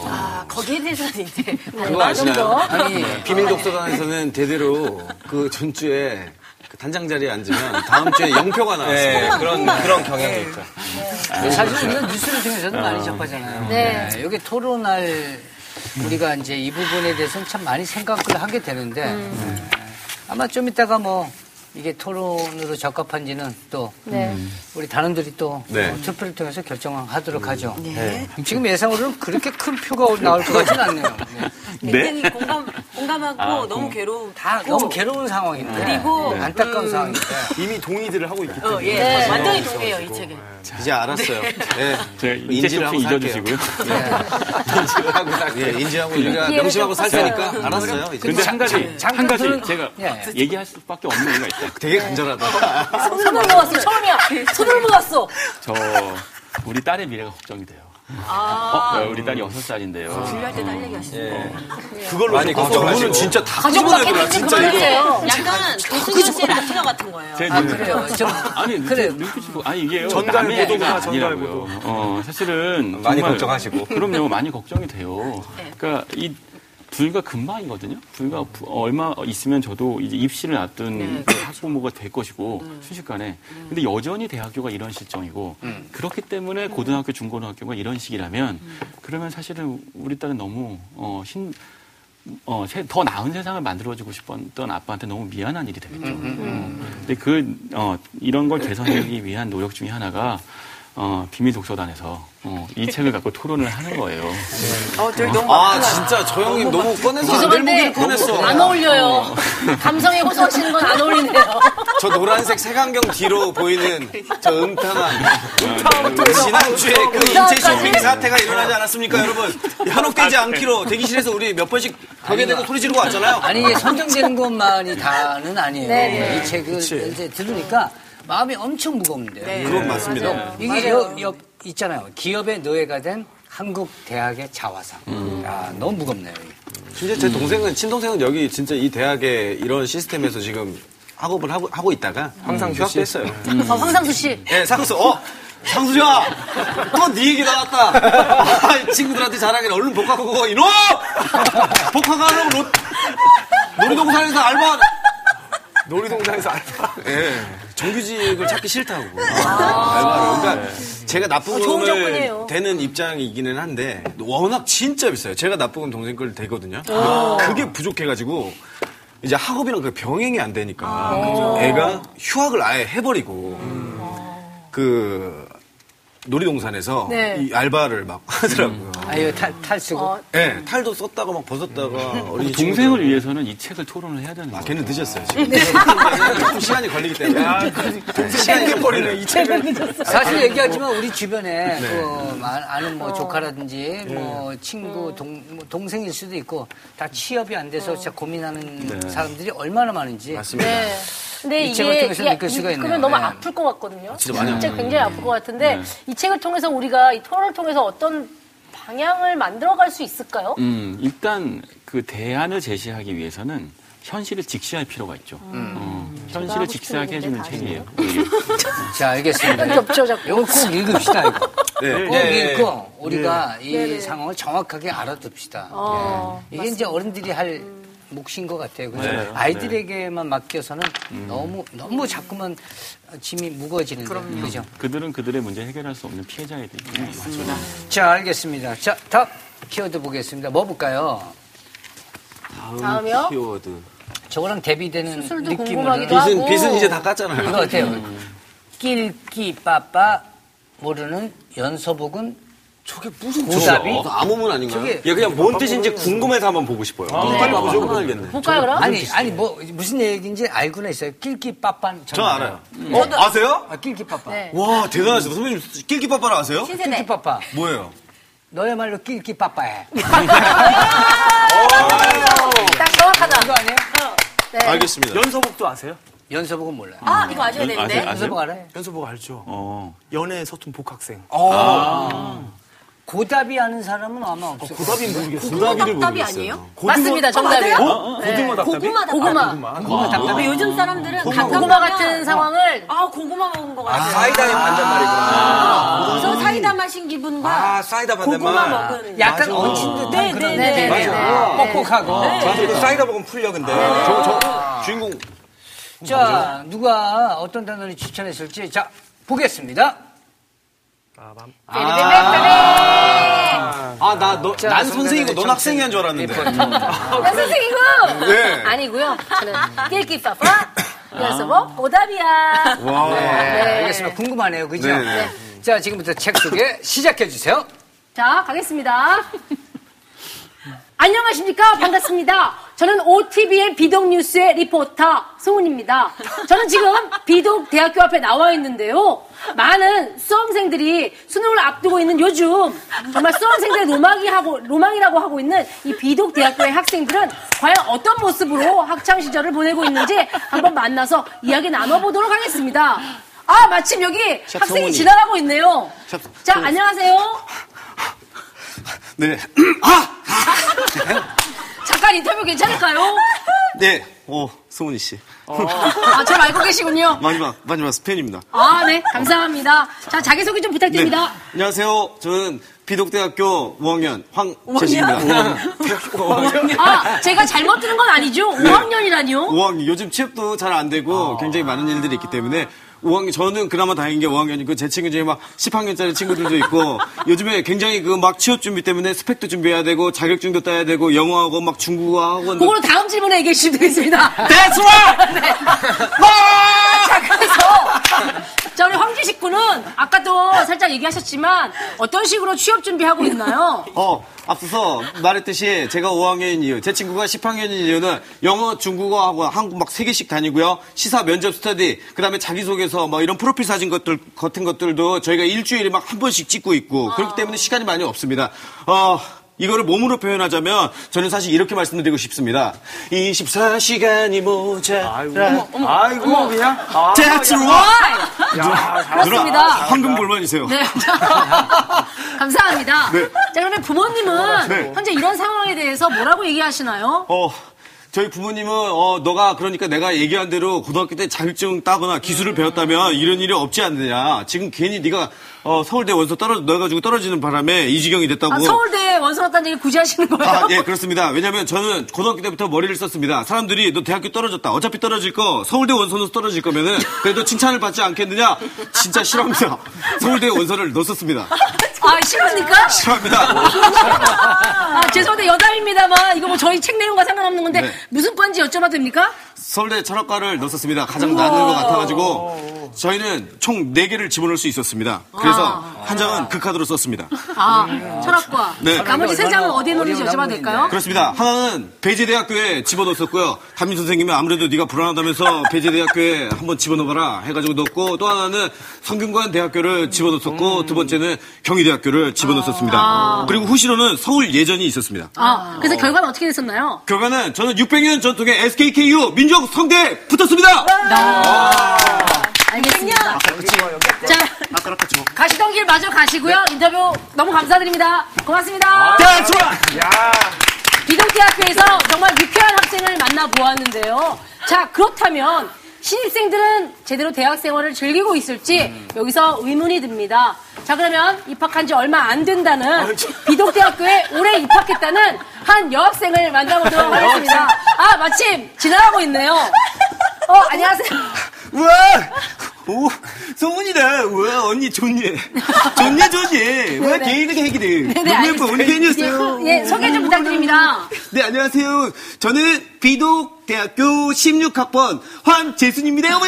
S5: 아, 거기에 대해서는 이제
S3: 그거 아시나요?
S4: 아니,
S3: 비밀 독서관에서는 대대로 그 전주에 그 단장 자리에 앉으면 다음 주에 영표가 나왔어요.
S8: 네, 그런 그런 경향도 있죠.
S4: 사실 우리가 뉴스를 통해서도 많이 접하잖아요.
S2: 네.
S4: 여기 토론할 우리가 이제 이 부분에 대해서는 참 많이 생각을 하게 되는데
S5: 음.
S4: 네. 아마 좀 이따가 뭐 이게 토론으로 적합한지는 또
S2: 네.
S4: 우리 단원들이 또
S3: 네.
S4: 어, 투표를 통해서 결정하도록 하죠.
S5: 네.
S4: 지금 예상으로는 그렇게 큰 표가 나올 것 같지는 않네요. 네.
S5: 굉장히 공감, 공감하고 너무 괴로움
S4: 다 너무 괴로운 상황인데
S5: 그리고
S4: 아,
S5: 음.
S4: 네. 안타까운 상황인데
S9: 이미 동의들을 하고 있기 때문에.
S5: 어, 예. 완전히 동의해요, 이 책에.
S3: 이제 알았어요. 네.
S6: 제가 이
S3: 인지를
S6: 책좀
S3: 하고
S6: 잊어주시고요.
S3: 인지하고 살게요. 예, 인지하고 우리가
S2: 이해를
S3: 명심하고 살
S2: 좀
S3: 테니까 알았어요. 그러니까 이제.
S6: 근데 한 가지, 한 가지
S4: 잠깐
S6: 제가
S4: 예, 예.
S6: 얘기할 수밖에 없는 이유가 있다.
S3: 되게 간절하다.
S2: 손을 모았어. 처음이야. 손을 모았어.
S6: 저 우리 딸의 미래가 걱정이 돼요. 어, 우리 딸이 여섯 살인데요.
S5: 분류할 때도 할 얘기 하시죠.
S3: 예. 그걸로 아니, 그거는 진짜 다
S2: 가족
S3: 아,
S2: 밖에는 좀
S5: 아,
S2: 그만하세요.
S5: 약간 조승현 씨의 라틴어 같은 거예요.
S4: 아 그래요 좀
S6: 아니,
S4: 그래요.
S6: 그래. 눈빛이 보- 아니 이게요.
S8: 전갈
S6: 남의
S8: 보도구나,
S6: 얘기가
S8: 전갈
S6: 아니라고요.
S8: 보도.
S6: 어, 사실은
S8: 많이
S6: 정말-
S8: 걱정하시고.
S6: 그럼요, 많이 걱정이 돼요.
S4: 네.
S6: 그러니까 이 불과 금방이거든요.
S4: 음.
S6: 불과 부- 어, 얼마 있으면 저도 이제 입시를 앞둔
S4: 네.
S6: 그 학부모가 될 것이고
S4: 음.
S6: 순식간에. 근데 여전히 대학교가 이런 실정이고
S8: 음.
S6: 그렇기 때문에 고등학교, 중고등학교가 이런 식이라면
S4: 음.
S6: 그러면 사실은 우리 딸은 너무 어, 힘 어, 세- 더 나은 세상을 만들어주고 싶었던 아빠한테 너무 미안한 일이 되겠죠.
S4: 음.
S6: 어, 근데 그, 어, 이런 걸 개선하기 위한 노력 중에 하나가, 어, 비밀 독서단에서, 어, 이 책을 갖고 토론을 하는 거예요.
S5: 어, 저희 너무
S3: 아, 진짜 저 형님 너무 꺼내서 안 될
S2: 죄송한데
S3: 무기를 꺼냈어.
S2: 안 어울려요. 감성에 호소하시는 건 안 어울리네요.
S3: 저 노란색 색안경 뒤로 보이는 저 음탕한 지난주에 그 인체 쇼핑 사태가 일어나지 않았습니까 여러분 현혹 되지 않기로 대기실에서 우리 몇 번씩 벽에 대고 소리 지르고 왔잖아요
S4: 아니 이게 선정되는 것만이 다는 아니에요. 이 책을 이제 들으니까 마음이 엄청 무거운데요.
S3: 그건 맞습니다
S4: 이게 여, 여- 있잖아요. 기업의 노예가 된 한국 대학의 자화상. 아 너무 무겁네요. 이게.
S3: 진짜 제 동생은 친동생은 여기 진짜 이 대학의 이런 시스템에서 지금 학업을 하고, 하고 있다가 음, 항상 휴학됐어요
S2: 어, 황상수 씨.
S3: 예 상수 어 상수야 또 네 얘기 나왔다 아, 이 친구들한테 자랑해 얼른 복학하고 이놈 복학하려고 놀- 놀이동산에서 알바
S9: 놀이동산에서 알바.
S3: 예. 정규직을 찾기 싫다고. 알바로. 그러니까 제가
S2: 아. 어, 좋은
S3: 납부금을
S2: 접근이에요.
S3: 되는 입장이기는 한데 워낙 진짜 비싸요. 제가 납부금 동생 걸 되거든요.
S2: 아.
S3: 그게 부족해가지고 이제 학업이랑 그 병행이 안 되니까
S2: 아,
S3: 애가 휴학을 아예 해버리고 그 놀이동산에서
S2: 네.
S3: 이 알바를 막 하더라고요.
S4: 아유, 탈, 탈수고.
S2: 어,
S3: 예, 탈도 썼다가 막 벗었다가 어린이 친구들.
S6: 그 동생을 위해서는 이 책을 토론을 해야 되는
S3: 아,
S6: 거예요.
S3: 걔는 늦었어요, 지금. 조금 시간이 걸리기 때문에. 네. 시간이 걸리네, 이 책을. 아,
S4: 사실 얘기하지만
S3: 뭐.
S4: 우리 주변에
S3: 네.
S4: 그 마- 아는
S2: 어.
S4: 뭐 조카라든지 뭐 친구 동, 뭐 동생일 수도 있고 다 취업이 안
S2: 어.
S4: 돼서 진짜 고민하는 사람들이 얼마나 많은지
S3: 네. 맞습니다.
S2: 네. 근데
S4: 이 책을
S2: 이게
S4: 통해서
S2: 이게
S4: 느낄 수가 있네요.
S2: 그러면 너무
S4: 네.
S2: 아플 것 같거든요.
S3: 진짜 많이
S2: 굉장히 아플 것 같은데 이 책을 통해서 우리가 이 토론을 통해서 어떤 방향을 만들어갈 수 있을까요?
S6: 음, 일단 그 대안을 제시하기 위해서는 현실을 직시할 필요가 있죠. 어, 현실을 직시하게 해주는 책이에요. 예.
S4: 네. 자 알겠습니다.
S2: 겹쳐 잡고.
S4: 이거 꼭 읽읍시다
S2: 아,
S4: 이거.
S3: 네.
S4: 꼭
S3: 네.
S4: 읽고 우리가 이 상황을 정확하게 알아둡시다.
S2: 네.
S4: 네.
S2: 어,
S4: 이게 이제 어른들이 할 몫인 것 같아요. 그래서
S3: 네.
S4: 아이들에게만 맡겨서는
S3: 음.
S4: 너무 너무 자꾸만 짐이 무거워지는 거죠. 그죠?
S6: 그들은 그들의 문제 해결할 수 없는 피해자이기 네, 맞습니다.
S4: 자 알겠습니다. 자 다음 키워드 보겠습니다. 뭐 볼까요?
S2: 다음이요.
S3: 키워드.
S4: 저거랑 대비되는
S2: 수술도
S4: 느낌으로
S2: 궁금하기도
S3: 빚은,
S2: 하고.
S3: 빚은 이제 다 깠잖아요.
S4: 이거 어때요?
S3: 음.
S4: 낄끼 빠빠 모르는 연서복은
S3: 저게 무슨
S4: 오답이?
S3: 저거? 뭐, 그 아무 문 아닌가요?
S4: 저게
S8: 야, 그냥 뭔 뜻인지 궁금해서 한번 보고 싶어요.
S3: 네.
S8: 빨리 보죠. 알겠네.
S2: 볼까요 그럼?
S4: 아니 아니 뭐 무슨 얘기인지 알고는 있어요. 낄끼 빠빠는
S3: 저 알아요. 어, 아세요?
S4: 아 낄끼 빠빠.
S2: 네.
S3: 와, 대단하시다. 선배님, 낄끼빠빠를 아세요?
S4: 낄끼 빠빠.
S3: 뭐예요?
S4: 너야말로 낄끼 빠빠해.
S2: 딱 정확하다.
S4: 이거 아니에요?
S3: 알겠습니다.
S10: 연서복도 아세요?
S4: 연서복은 몰라요.
S3: 네?
S5: 아 이거
S6: 네,
S5: 아셔야 되는데.
S6: 음, 아세요?
S4: 연서복
S6: 아세요?
S4: 알아요?
S10: 연서복 알죠?
S6: 어,
S10: 연애 서툰 복학생.
S1: 아,
S3: 어.
S4: 아. 고답이 아는 사람은 아마 없을 거예요.
S10: 고답인 모르겠어요.
S3: 고다비를
S5: 답이
S3: 모르겠어요.
S5: 아니에요?
S2: 맞습니다. 정답이에요.
S10: 고등어 답답이?
S5: 고구마 답답이.
S2: 고구마.
S4: 고마 답답해.
S5: 요즘 사람들은
S2: 다
S5: 답답하면
S2: 고구마 같은 상황을
S5: 뭐, 아 고구마 먹은 거 같아요.
S8: 사이다의 반대말이구나.
S5: 저 사이다 마신 기분과
S8: 아, 사이다
S5: 고구마
S8: 반대말.
S5: 먹은
S4: 약간 얹힌 듯한
S5: 네,
S4: 그런
S5: 네, 네,
S4: 느낌이에요.
S5: 맞아요.
S4: 뻑뻑하고.
S3: 네.
S8: 맞아, 이거 사이다 먹으면 풀려, 근데.
S2: 아, 네.
S3: 저, 저, 주인공.
S4: 자 누가 어떤 단어를 추천했을지 자 보겠습니다.
S2: 네,
S3: 아, 나, 너,
S4: 자,
S3: 난
S4: 선배님
S3: 선생이고 넌
S4: 정신-
S3: 학생이한 줄 알았는데.
S2: 나 선생이고
S3: 네.
S2: 아니고요. 저는 낄끼빠빠. 그래서 뭐 오답이야.
S3: 와.
S4: 네, 알겠습니다. 궁금하네요, 그죠?
S3: 네, 네.
S4: 자, 지금부터 책 소개 시작해 주세요.
S2: 자, 가겠습니다. 안녕하십니까? 반갑습니다. 저는 OTV의 비독 뉴스의 리포터 송은입니다. 저는 지금 비독 대학교 앞에 나와 있는데요. 많은 수험생들이 수능을 앞두고 있는 요즘 정말 수험생들의 로망이 하고 로망이라고 하고 있는 이 비독 대학교의 학생들은 과연 어떤 모습으로 학창 시절을 보내고 있는지 한번 만나서 이야기 나눠보도록 하겠습니다. 아, 마침 여기 학생이
S3: 송은이.
S2: 지나가고 있네요. 자, 안녕하세요.
S3: 네.
S2: 잠깐 인터뷰 괜찮을까요?
S3: 네. 오, 송은이 씨.
S2: 아, 저를 알고 계시군요.
S3: 마지막, 마지막 스팬입니다. 네.
S2: 아, 네, 감사합니다. 자, 자기소개 좀 부탁드립니다.
S3: 안녕하세요. 저는 비독대학교 5학년 황재식입니다. 네.
S2: 아, 제가 잘못 들은 건 아니죠? 5학년이라니요?
S3: 5학년 요즘 취업도 잘 안
S2: 아.
S3: 되고 굉장히 많은 일들이 있기 때문에 5학년 저는 그나마 다행인 게 5학년이고 제 친구 중에 막 10학년짜리 친구들도 있고 요즘에 굉장히 그 막 취업 준비 때문에 스펙도 준비해야 되고 자격증도 따야 되고 영어하고 막 중국어하고 뭐
S2: 그걸로 다음 질문에 얘기해 주시면 되겠습니다.
S3: That's right!
S2: 네. 자, 그래서. 자, 우리 황지식 군은 아까도 살짝 얘기하셨지만 어떤 식으로 취업 준비하고 있나요?
S3: 어, 앞서서 말했듯이 제가 5학년인 이유, 제 친구가 10학년인 이유는 영어, 중국어하고 한국 막 3개씩 다니고요. 시사, 면접, 스터디, 그 다음에 자기소개서 뭐 이런 프로필 사진 것들, 같은 것들도 저희가 일주일에 막 한 번씩 찍고 있고 그렇기
S2: 아.
S3: 때문에 시간이 많이 없습니다. 어, 이거를 몸으로 표현하자면 저는 사실 이렇게 말씀드리고 싶습니다. 24시간이 모자라.
S10: 아이고, 그냥. 아,
S3: That's right!
S2: 와이! 그렇습니다.
S3: 황금 볼만이세요.
S2: 네. 감사합니다. 자, 그러면 부모님은
S3: 네.
S2: 현재 이런 상황에 대해서 뭐라고 얘기하시나요?
S3: 어, 저희 부모님은 어 너가 그러니까 내가 얘기한 대로 고등학교 때 자격증 따거나 기술을 배웠다면 이런 일이 없지 않느냐. 지금 괜히 네가 어 서울대 원서 떨어 넣어가지고 떨어지는 바람에 이 지경이 됐다고.
S2: 아, 서울대에 원서 났다는 얘기 굳이 하시는 거예요?
S3: 아, 예, 그렇습니다. 왜냐면 저는 고등학교 때부터 머리를 썼습니다. 사람들이 너 대학교 떨어졌다. 어차피 떨어질 거 서울대 원서는 떨어질 거면은 그래도 칭찬을 받지 않겠느냐? 진짜 싫어합니다. 서울대 원서를 넣었습니다.
S2: 아, 싫으니까?
S3: 싫어합니다.
S2: 아, 죄송한데 여담입니다만 이거 뭐 저희 책 내용과 상관없는 건데
S3: 네.
S2: 무슨 과인지 여쭤봐도 됩니까?
S3: 서울대 철학과를 넣었습니다. 가장 낮은 것 같아가지고 저희는 총 4개를 집어넣을 수 있었습니다. 그래서 한 장은 그 카드로 썼습니다.
S2: 아, 철학과.
S3: 네.
S2: 나머지 세 장은 어디에 놓는지 여쭤봐도 될까요?
S3: 그렇습니다. 하나는 배제대학교에 집어넣었었고요. 담임 선생님이 아무래도 네가 불안하다면서 배제대학교에 한번 집어넣어봐라 해가지고 넣었고 또 하나는 성균관 대학교를 집어넣었었고 두 번째는 경희대학교를 집어넣었습니다. 그리고 후시로는 서울 예전이 있었습니다.
S2: 아, 그래서 결과는 어떻게 됐었나요?
S3: 결과는 저는 600년 전통의 SKKU 민족 성대에 붙었습니다.
S2: 알겠습니다. 네. 자, 가시던 길 마저 가시고요. 인터뷰 너무 감사드립니다. 고맙습니다. 기독대학교에서 정말 유쾌한 학생을 만나보았는데요. 자, 그렇다면 신입생들은 제대로 대학 생활을 즐기고 있을지 여기서 의문이 듭니다. 자, 그러면 입학한 지 얼마 안 된다는 비독대학교에 올해 입학했다는 한 여학생을 만나보도록 하겠습니다. 아, 마침 지나가고 있네요. 어, 안녕하세요.
S3: 우와! 오, 소문이다. 우와, 언니 좋네. 좋네, 좋네. 우와,
S2: 네.
S3: 개이득 핵이득.
S2: 네,
S3: 너무 예뻐, 언니 팬이었어요.
S2: 예, 예, 소개 좀 부탁드립니다.
S3: 네, 안녕하세요. 저는 비독대학교 16학번 황재순입니다.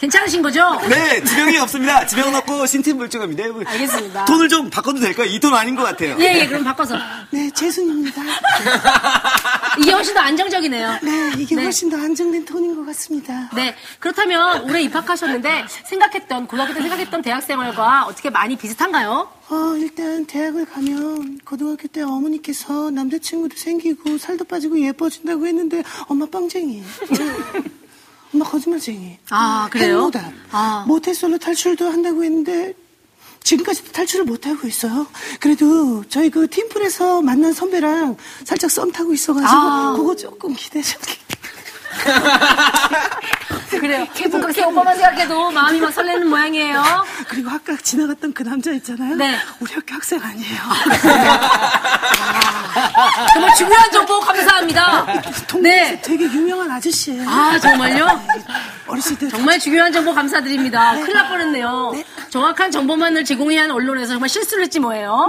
S2: 괜찮으신 거죠?
S3: 네, 지병이 없습니다. 지병은 없고 신체 물증합니다.
S2: 알겠습니다.
S3: 톤을 좀 바꿔도 될까요? 이 톤 아닌 것 같아요.
S2: 예, 예, 그럼 바꿔서.
S9: 네, 재순입니다.
S2: 이게 훨씬 더 안정적이네요.
S9: 네, 이게
S2: 네.
S9: 훨씬 더 안정된 톤인 것 같습니다.
S2: 네. 그렇다면 올해 입학하셨는데 생각했던, 고등학교 때 생각했던 대학생활과 어떻게 많이 비슷한가요?
S9: 어, 일단 대학을 가면 고등학교 때 어머니께서 남자친구도 생기고 살도 빠지고 예뻐진다고 했는데 엄마 빵쟁이. 엄마 거짓말쟁이.
S2: 아, 그래요?
S9: 행모답.
S2: 아.
S9: 모태솔로 탈출도 한다고 했는데 지금까지도 탈출을 못하고 있어요. 그래도 저희 그 팀플에서 만난 선배랑 살짝 썸 타고 있어가지고
S2: 아.
S9: 그거 조금 기대 좀.
S2: 그래요. 북학생 오빠만 생각해도 마음이 막 설레는 모양이에요.
S9: 그리고 아까 지나갔던 그 남자 있잖아요.
S2: 네.
S9: 우리 학교 학생 아니에요.
S2: 정말 중요한 정보 감사합니다.
S9: 아, 동네에서
S2: 네.
S9: 되게 유명한 아저씨예요. 네.
S2: 아, 정말요?
S9: 어렸을 때
S2: 정말 중요한 정보 감사드립니다. 큰일 날 뻔했네요. 정확한 정보만을 제공해야 하는 언론에서 정말 실수를 했지 뭐예요.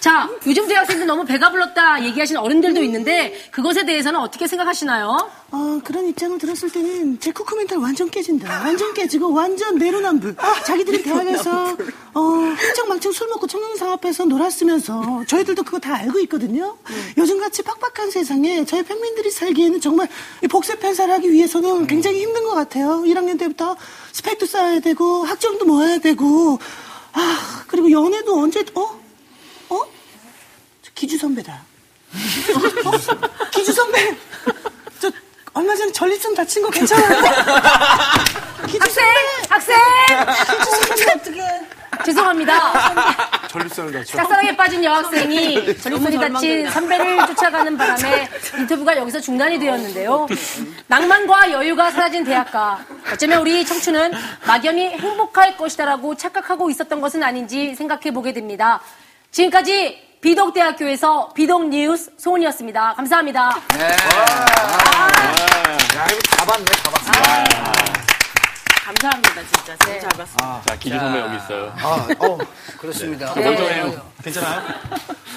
S2: 자, 요즘 대학생들 너무 배가 불렀다 얘기하시는 어른들도 있는데 그것에 대해서는 어떻게 생각하시나요?
S9: 어, 그런 입장을 들었을 때는 제 쿠쿠 멘탈 완전 깨진다. 완전 깨지고 완전 아, 내로남불. 자기들이 대학에서 어, 흥청망청 술 먹고 청년상 앞에서 놀았으면서 저희들도 그거 다 알고 있거든요. 요즘같이 팍팍한 세상에 저희 팬민들이 살기에는 정말 이 복세 팬사를 하기 위해서는 굉장히 힘든 것 같아요. 1학년 때부터 스펙도 쌓아야 되고 학점도 모아야 되고 아 그리고 연애도 언제 어? 어? 저 기주 선배다. 어? 기주 선배. 저 얼마 전에 전립선 다친 거 괜찮아요? 기주
S2: 학생! 학생!
S9: 기주 선배 어떻게?
S2: 죄송합니다.
S11: 전립선을 다쳐.
S2: 짝사랑에 빠진 여학생이 전립선이 다친 선배를 쫓아가는 바람에 인터뷰가 여기서 중단이 되었는데요. 낭만과 여유가 사라진 대학가. 어쩌면 우리 청춘은 막연히 행복할 것이다라고 착각하고 있었던 것은 아닌지 생각해 보게 됩니다. 지금까지 비덕대학교에서 비덕뉴스 소은이었습니다. 감사합니다.
S5: 감사합니다, 진짜. 잘
S2: 네.
S5: 잡았어요.
S6: 자, 아, 기주 선배 여기 있어요.
S4: 그렇습니다.
S3: 네.
S4: 네.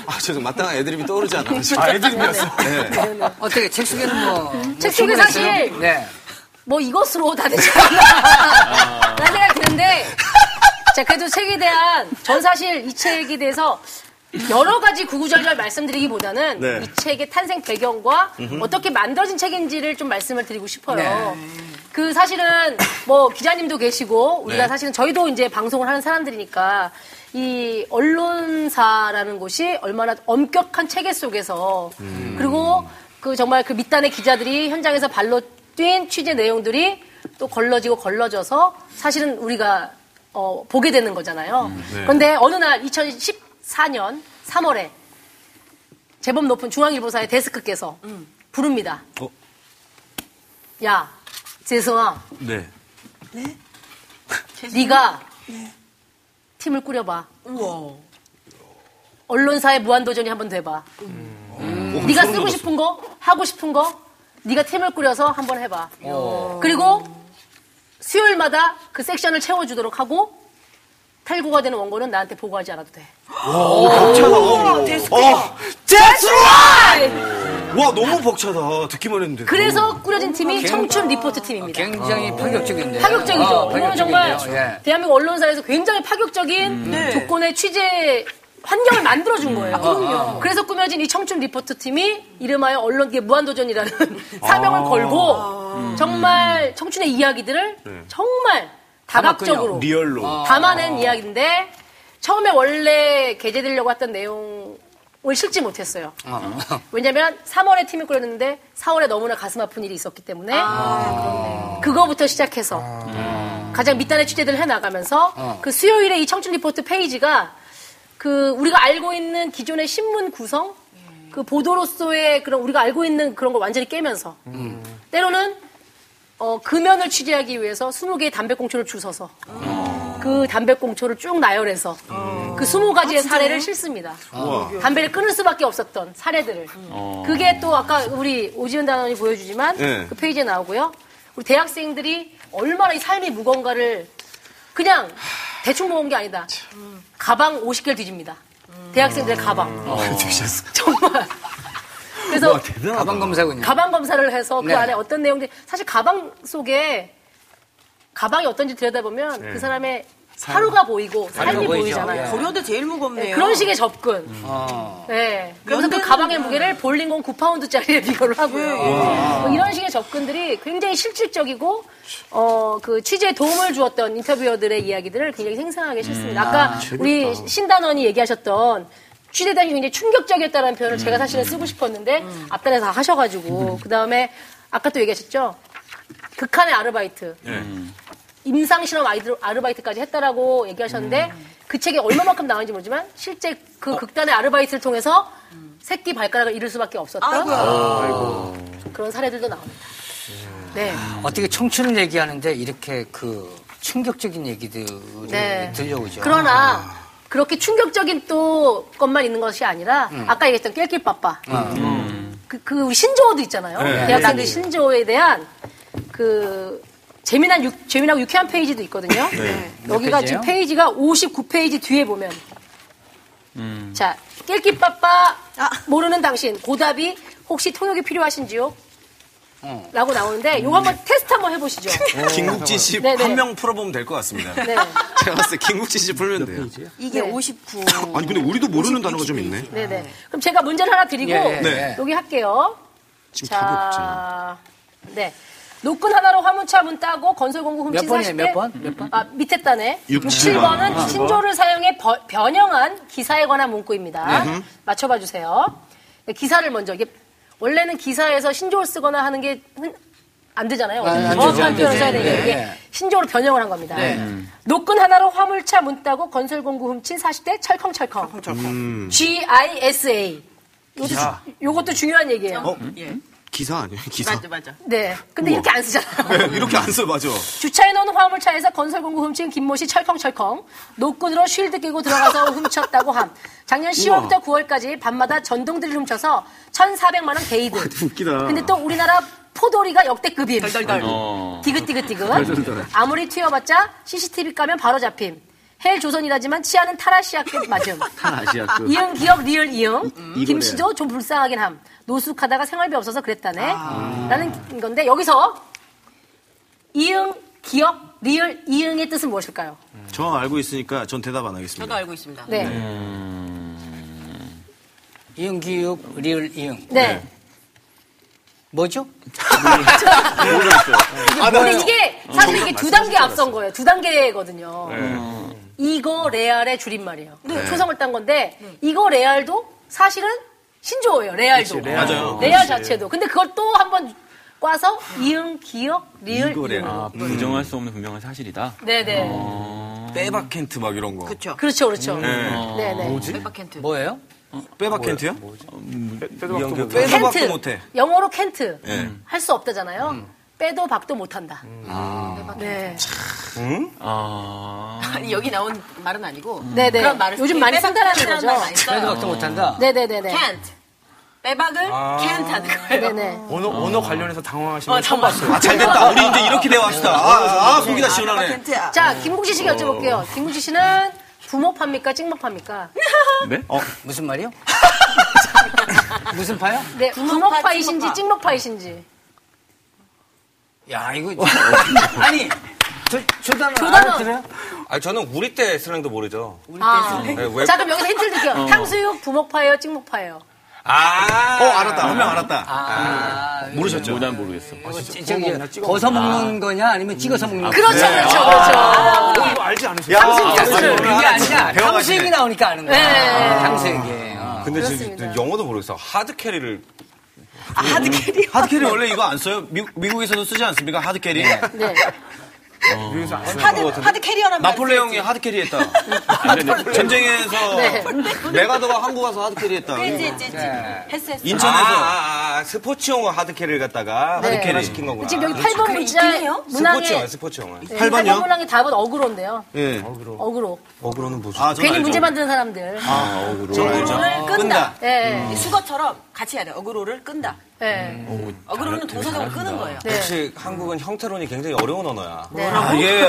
S3: 아, 죄송, 마땅한 애드립이 떠오르지 않아.
S11: 아, 애드립이었어.
S2: 네.
S4: 어떻게 책 소개는 뭐? 뭐
S2: 책 소개
S4: 충분했어요?
S2: 사실-
S4: 네.
S2: 뭐 이것으로 다 되지 않나 라는 생각이 드는데 자 그래도 책에 대한 전 사실 이 책에 대해서 여러 가지 구구절절 말씀드리기보다는
S3: 네.
S2: 이 책의 탄생 배경과 어떻게 만들어진 책인지를 좀 말씀을 드리고 싶어요. 그 사실은 뭐 기자님도 계시고 우리가
S3: 네.
S2: 사실은 저희도 이제 방송을 하는 사람들이니까 이 언론사라는 곳이 얼마나 엄격한 체계 속에서 그리고 그 정말 그 밑단의 기자들이 현장에서 발로 뛴 취재 내용들이 또 걸러지고 걸러져서 사실은 우리가 어, 보게 되는 거잖아요. 그런데 어느 날 2014년 3월에 제법 높은 중앙일보사의 데스크께서
S5: 음.
S2: 부릅니다.
S3: 어?
S2: 야, 재성아,
S3: 네.
S2: 네가 팀을 꾸려봐.
S5: 우와.
S2: 언론사의 무한도전이 한번 돼봐. 네가 쓰고 싶은 거, 하고 싶은 거, 네가 팀을 꾸려서 한번 해봐. 그리고 수요일마다 그 섹션을 채워주도록 하고 탈구가 되는 원고는 나한테 보고하지 않아도 돼.
S3: 어,
S5: 아!
S3: 와 너무 벅차다. 듣기만 했는데.
S2: 그래서
S5: 음.
S2: 꾸려진 팀이 청춘 리포트 팀입니다.
S4: 굉장히
S3: 어.
S2: 네.
S4: 파격적인데요.
S2: 아, 파격적이죠.
S4: 어,
S2: 이거는 정말
S4: 파격적인데요. 예.
S2: 대한민국 언론사에서 굉장히 파격적인 조건의 취재 환경을 만들어준 거예요. 음. 네. 아, 그래서 꾸며진 이 청춘 리포트 팀이 이름하여 언론계 무한도전이라는 사명을 걸고 음. 정말 청춘의 이야기들을 정말 다각적으로
S3: 리얼로.
S2: 네. 어. 담아낸 이야기인데 처음에 원래 게재되려고 했던 내용을 실지 못했어요. 왜냐면 3월에 팀이 꾸렸는데 4월에 너무나 가슴 아픈 일이 있었기 때문에 그거부터 시작해서 가장 밑단의 취재들을 해나가면서 그 수요일에 이 청춘 리포트 페이지가 그 우리가 알고 있는 기존의 신문 구성 그 보도로서의 그런 우리가 알고 있는 그런 걸 완전히 깨면서 때로는 어, 금연을 취재하기 위해서 20개의 담배꽁초를 주워서 그 담배꽁초를 쭉 나열해서 그 20가지의 사례를 실습니다. 담배를 끊을 수밖에 없었던 사례들을. 그게 또 아까 우리 오지은 단원이 보여주지만
S3: 네.
S2: 그 페이지에 나오고요. 우리 대학생들이 얼마나 이 삶이 무거운가를 그냥 대충 모은 게 아니다. 가방 50개를 뒤집니다. 대학생들의 가방. 정말. 그래서
S3: 어,
S4: 가방 검사군요.
S2: 가방 검사를 해서 그
S4: 뭐 네.
S2: 안에 어떤 내용들 사실 가방 속에 가방이 어떤지 들여다보면 그 사람의 하루가 보이고 삶이
S4: 보이죠.
S2: 보이잖아요.
S5: 고려대 제일 무겁네요.
S2: 그런 식의 음. 접근.
S4: 어.
S2: 네. 그래서 그 가방의 무게를 볼링공 9파운드짜리에 비교를 하고요. 뭐 이런 식의 접근들이 굉장히 실질적이고 어, 그 취재에 도움을 주었던 인터뷰어들의 이야기들을 굉장히 생생하게 실습니다. 음. 아까 우리 신단원이 얘기하셨던 취재단이 굉장히 충격적이었다는 표현을 제가 사실은 쓰고 싶었는데 앞단에서 다 하셔가지고 그 다음에 아까 또 얘기하셨죠? 극한의 아르바이트. 임상실험 아이들- 아르바이트까지 했다라고 얘기하셨는데 그 책이 얼마만큼 나왔는지 모르지만 실제 그 극단의 아르바이트를 통해서 새끼 발가락을 잃을 수밖에 없었던 그런 사례들도 나옵니다. 네.
S4: 어떻게 청춘을 얘기하는데 이렇게 그 충격적인 얘기들이
S2: 네.
S4: 들려오죠.
S2: 그러나
S4: 아.
S2: 그렇게 충격적인 또 것만 있는 것이 아니라
S4: 음.
S2: 아까 얘기했던 깰낄빠빠
S4: 아.
S2: 그, 그 우리 신조어도 있잖아요.
S4: 네,
S2: 대학생들 신조어에 대한 그 재미난 유- 재미나고 유쾌한 페이지도 있거든요. 여기가
S4: 네. 페이지예요?
S2: 지금 페이지가 59페이지 뒤에 보면
S4: 음.
S2: 자 깰끼빠빠 모르는 당신 고답이 혹시 통역이 필요하신지요?
S4: 어.
S2: 라고 나오는데 요거
S4: 음.
S2: 한번 테스트 한번 해보시죠.
S3: 김국진 씨
S2: 네, 네.
S3: 한 명 풀어보면 될 것 같습니다.
S2: 네.
S3: 제가 봤을 때 김국진 씨 풀면 돼요.
S5: 이게
S2: 네.
S5: 59.
S12: 아니 근데 우리도 모르는 단어가 좀 있네.
S2: 네네. 그럼 제가 문제를 하나 드리고
S4: 예, 예, 네.
S2: 여기 할게요.
S3: 지금 답이 없잖아.
S2: 자, 네. 노끈 하나로 화물차 문 따고 건설공구 훔친
S4: 몇 번이에요?
S2: 40대.
S4: 몇 번? 몇 번?
S2: 아, 밑에 단에.
S12: 육,
S2: 6,
S12: 칠
S2: 7번은 신조를 사용해 버- 변형한 기사에 관한 문구입니다.
S4: 네.
S2: 맞춰봐 주세요. 네, 기사를 먼저. 이게 원래는 기사에서 신조를 쓰거나 하는 게 안 되잖아요.
S4: 안 되죠,
S2: 정확한
S4: 안
S2: 표현을
S4: 되죠.
S2: 써야 되는
S4: 네.
S2: 게 이게 신조로 변형을 한 겁니다. 노끈 하나로 화물차 문 따고 건설공구 훔친 40대 철컹철컹.
S4: 음.
S2: GISA. 이것도, 주- 이것도 중요한 얘기예요.
S5: 예.
S12: 기사 아니에요? 기사.
S5: 맞아, 맞아.
S2: 네. 근데 이렇게 안 쓰잖아요.
S3: 이렇게 안 써, 맞아.
S2: 주차해놓은 화물차에서 건설공구 훔친 김모 씨 철컹철컹. 노끈으로 쉴드 끼고 들어가서 훔쳤다고 함. 작년 10월부터 9월까지 밤마다 전동들을 훔쳐서 1,400만원 개이득.
S3: 아,
S12: 웃기다.
S2: 근데 또 우리나라 포도리가 역대급임.
S6: 어.
S2: 디귿디귿디귿. 아무리 튀어봤자 CCTV 까면 바로 잡힘. 헬 조선이라지만 치아는 타라시아급 맞음.
S12: 아시아급. 음,
S2: 이응 기억 리을 이응. 김씨도 좀 불쌍하긴 함. 노숙하다가 생활비 없어서 그랬다네. 라는 건데 여기서 이응 기억 리을 이응의 뜻은 무엇일까요?
S3: 저 알고 있으니까 전 대답 안 하겠습니다.
S5: 저도 알고 있습니다.
S2: 네. 네.
S4: 이응기육 리을 이응.
S2: 네.
S12: 네.
S4: 뭐죠?
S2: 근데 이게 사실 이게 두 단계 앞선 거예요. 두 단계거든요.
S3: 음.
S2: 이거 레알의 줄임말이에요. 네. 초성을 딴 건데 이거 레알도 사실은 신조어예요. 레알도. 네.
S3: 맞아요.
S2: 레알 자체도. 근데 그걸 또 한번 꽈서 이응, 기억, 리을.
S3: 이거 레알.
S2: 이응.
S6: 아, 부정할 수 없는 분명한 사실이다.
S2: 네네.
S3: 빼박 캔트 막 이런 거.
S5: 그렇죠.
S2: 그렇죠, 그렇죠. 네네.
S5: 백박캔트.
S4: 뭐예요?
S3: 빼박켄트요?
S8: 이형 교육
S3: 빼도 박도
S2: 켄트.
S3: 못해.
S2: 영어로 캔트. 음. 할 수 없다잖아요. 빼도 박도 못한다. 네.
S5: 아니, 여기 나온 말은 아니고
S2: 음. 네네.
S5: 그런 말을
S2: 요즘 많이
S5: 빼박
S2: 쓴다라는
S5: 캔트라는
S2: 거죠.
S5: 말 많이 써요.
S4: 빼도 박도 못한다.
S2: 어. 네네네네.
S5: can't 빼박을 can't 하는 거예요.
S2: 아. 네네. 네,
S10: 언어, 언어 관련해서 당황하시면
S5: 어,
S10: 처음
S5: 잠깐만.
S10: 봤어요.
S3: 아, 잘 됐다. 우리 이제 이렇게 대화합시다. 아, 아, 속이 다 시원하네.
S5: 캔트야.
S2: 자, 김국지 씨가 여쭤볼게요. 김국지 씨는 부모 팝니까? 찍먹 팝니까?
S4: 무슨 말이요? 무슨 파요?
S2: 네,
S5: 부먹파,
S2: 부먹파이신지
S5: 찍먹파.
S2: 찍먹파이신지.
S4: 야, 이거. 아니, 저, 조단어.
S2: 조단어.
S4: 알아들어요?
S8: 아 저는 우리 때 스랭도 모르죠.
S2: 아.
S8: 네, 왜-
S2: 자, 그럼 여기서 힌트를 드릴게요. 탕수육 부먹파예요, 찍먹파예요?
S8: 아,
S3: 어, 알았다. 분명 알았다.
S4: 아,
S6: 네, 모르셨죠? 난 모르겠어.
S4: 이거 찌- 저기, 벗어 먹는 거냐, 아니면
S3: 음.
S4: 찍어서 먹는 거냐. 아,
S2: 그렇죠, 그렇죠, 그렇죠.
S10: 이거 알지 않으세요?
S3: 야,
S4: 그게 아니라,
S3: 배워가시네.
S4: 탕수육이 나오니까 아는 거야.
S2: 네. 음.
S4: 아, 탕수육이. 어.
S8: 근데 지금 영어도 모르겠어. 하드 캐리를
S5: 아,
S2: 네.
S3: 하드캐리 원래 이거 안 써요? 미, 미국에서도 쓰지 않습니까? 하드캐리?
S2: 네.
S5: 하드 하드 캐리어란 말.
S3: 나폴레옹이 하드캐리 했다. 전쟁에서 메가더가 한국 와서 하드캐리 했다.
S5: 찌
S2: 네.
S5: 했어 했어.
S3: 인천에서.
S8: 아, 아, 아, 스포츠 영어 하드 캐리를 갖다가
S2: 네.
S8: 하드 캐리 시킨 거구나.
S2: 지금
S3: 아,
S2: 여기 8번 문자
S5: 해요?
S8: 스포츠 영어,
S2: 문항에
S8: 스포츠 영어.
S2: 네,
S3: 8번이요?
S2: 8번 문항의 답은 어그로인데요.
S3: 예.
S2: 어그로.
S8: 어그로는 뭐죠?
S3: 아, 저는
S2: 괜히
S3: 알죠. 아.
S2: 문제 만드는 사람들.
S5: 어그로를 끈다.
S3: 끈다.
S2: 예. 네.
S5: 수거처럼 같이 해야 돼. 어그로를 끈다.
S2: 네.
S5: 음. 어그로는 동사적으로 끄는 거예요.
S2: 네.
S8: 역시 한국은 형태론이 굉장히 어려운 언어야. 예.
S3: 아, 이게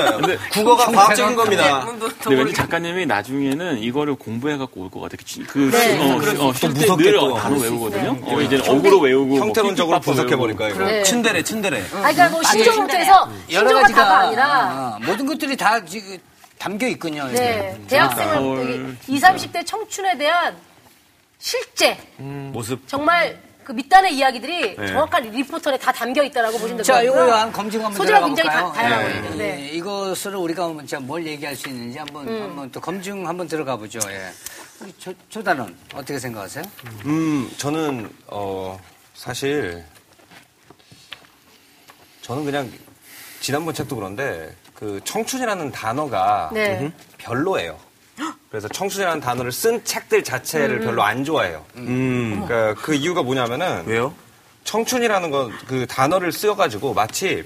S3: 국어가 과학적인 겁니다.
S6: 근데 왠지 작가님이 나중에는 이거를 공부해갖고 올 것 같아. 그, 그,
S2: 네.
S6: 어, 어, 쉴때늘 단어 외우거든요. 어, 이제 어구로 외우고.
S8: 형태론적으로
S6: 까
S8: 분석해보니까 이거.
S2: 네.
S3: 츤데레, 츤데레.
S2: 아니, 그러니까 뭐 신조부터해서
S4: 여러
S2: 신조가 다가
S4: 가지가
S2: 아니라
S4: 아, 모든 것들이 다 지금 담겨 있군요. 여기.
S2: 네, 대학생을
S6: 헐,
S2: 20, 30대 청춘에 대한 실제
S3: 모습.
S2: 정말 그 밑단의 이야기들이
S3: 네.
S2: 정확한 리포터에 다 담겨 있다라고 보시면 될것
S4: 자,
S2: 같고요.
S4: 이거 한 검증 한번
S2: 소재가
S4: 들어가
S2: 굉장히
S4: 볼까요? 예.
S2: 다- 다양하거든요. 네. 음.
S4: 이것을 우리가 진짜 뭘 얘기할 수 있는지 한번 한번 또 검증 한번 들어가 보죠. 예. 우리 조, 조단은 어떻게 생각하세요?
S8: 음, 저는, 어, 사실, 저는 그냥, 지난번 책도 그런데, 그, 청춘이라는 단어가
S2: 네.
S8: 음, 별로예요. 그래서 청춘이라는 단어를 쓴 책들 자체를 별로 안 좋아해요. 그러니까 그 이유가 뭐냐면은,
S10: 음. 왜요?
S8: 청춘이라는 건 그 단어를 쓰여가지고 마치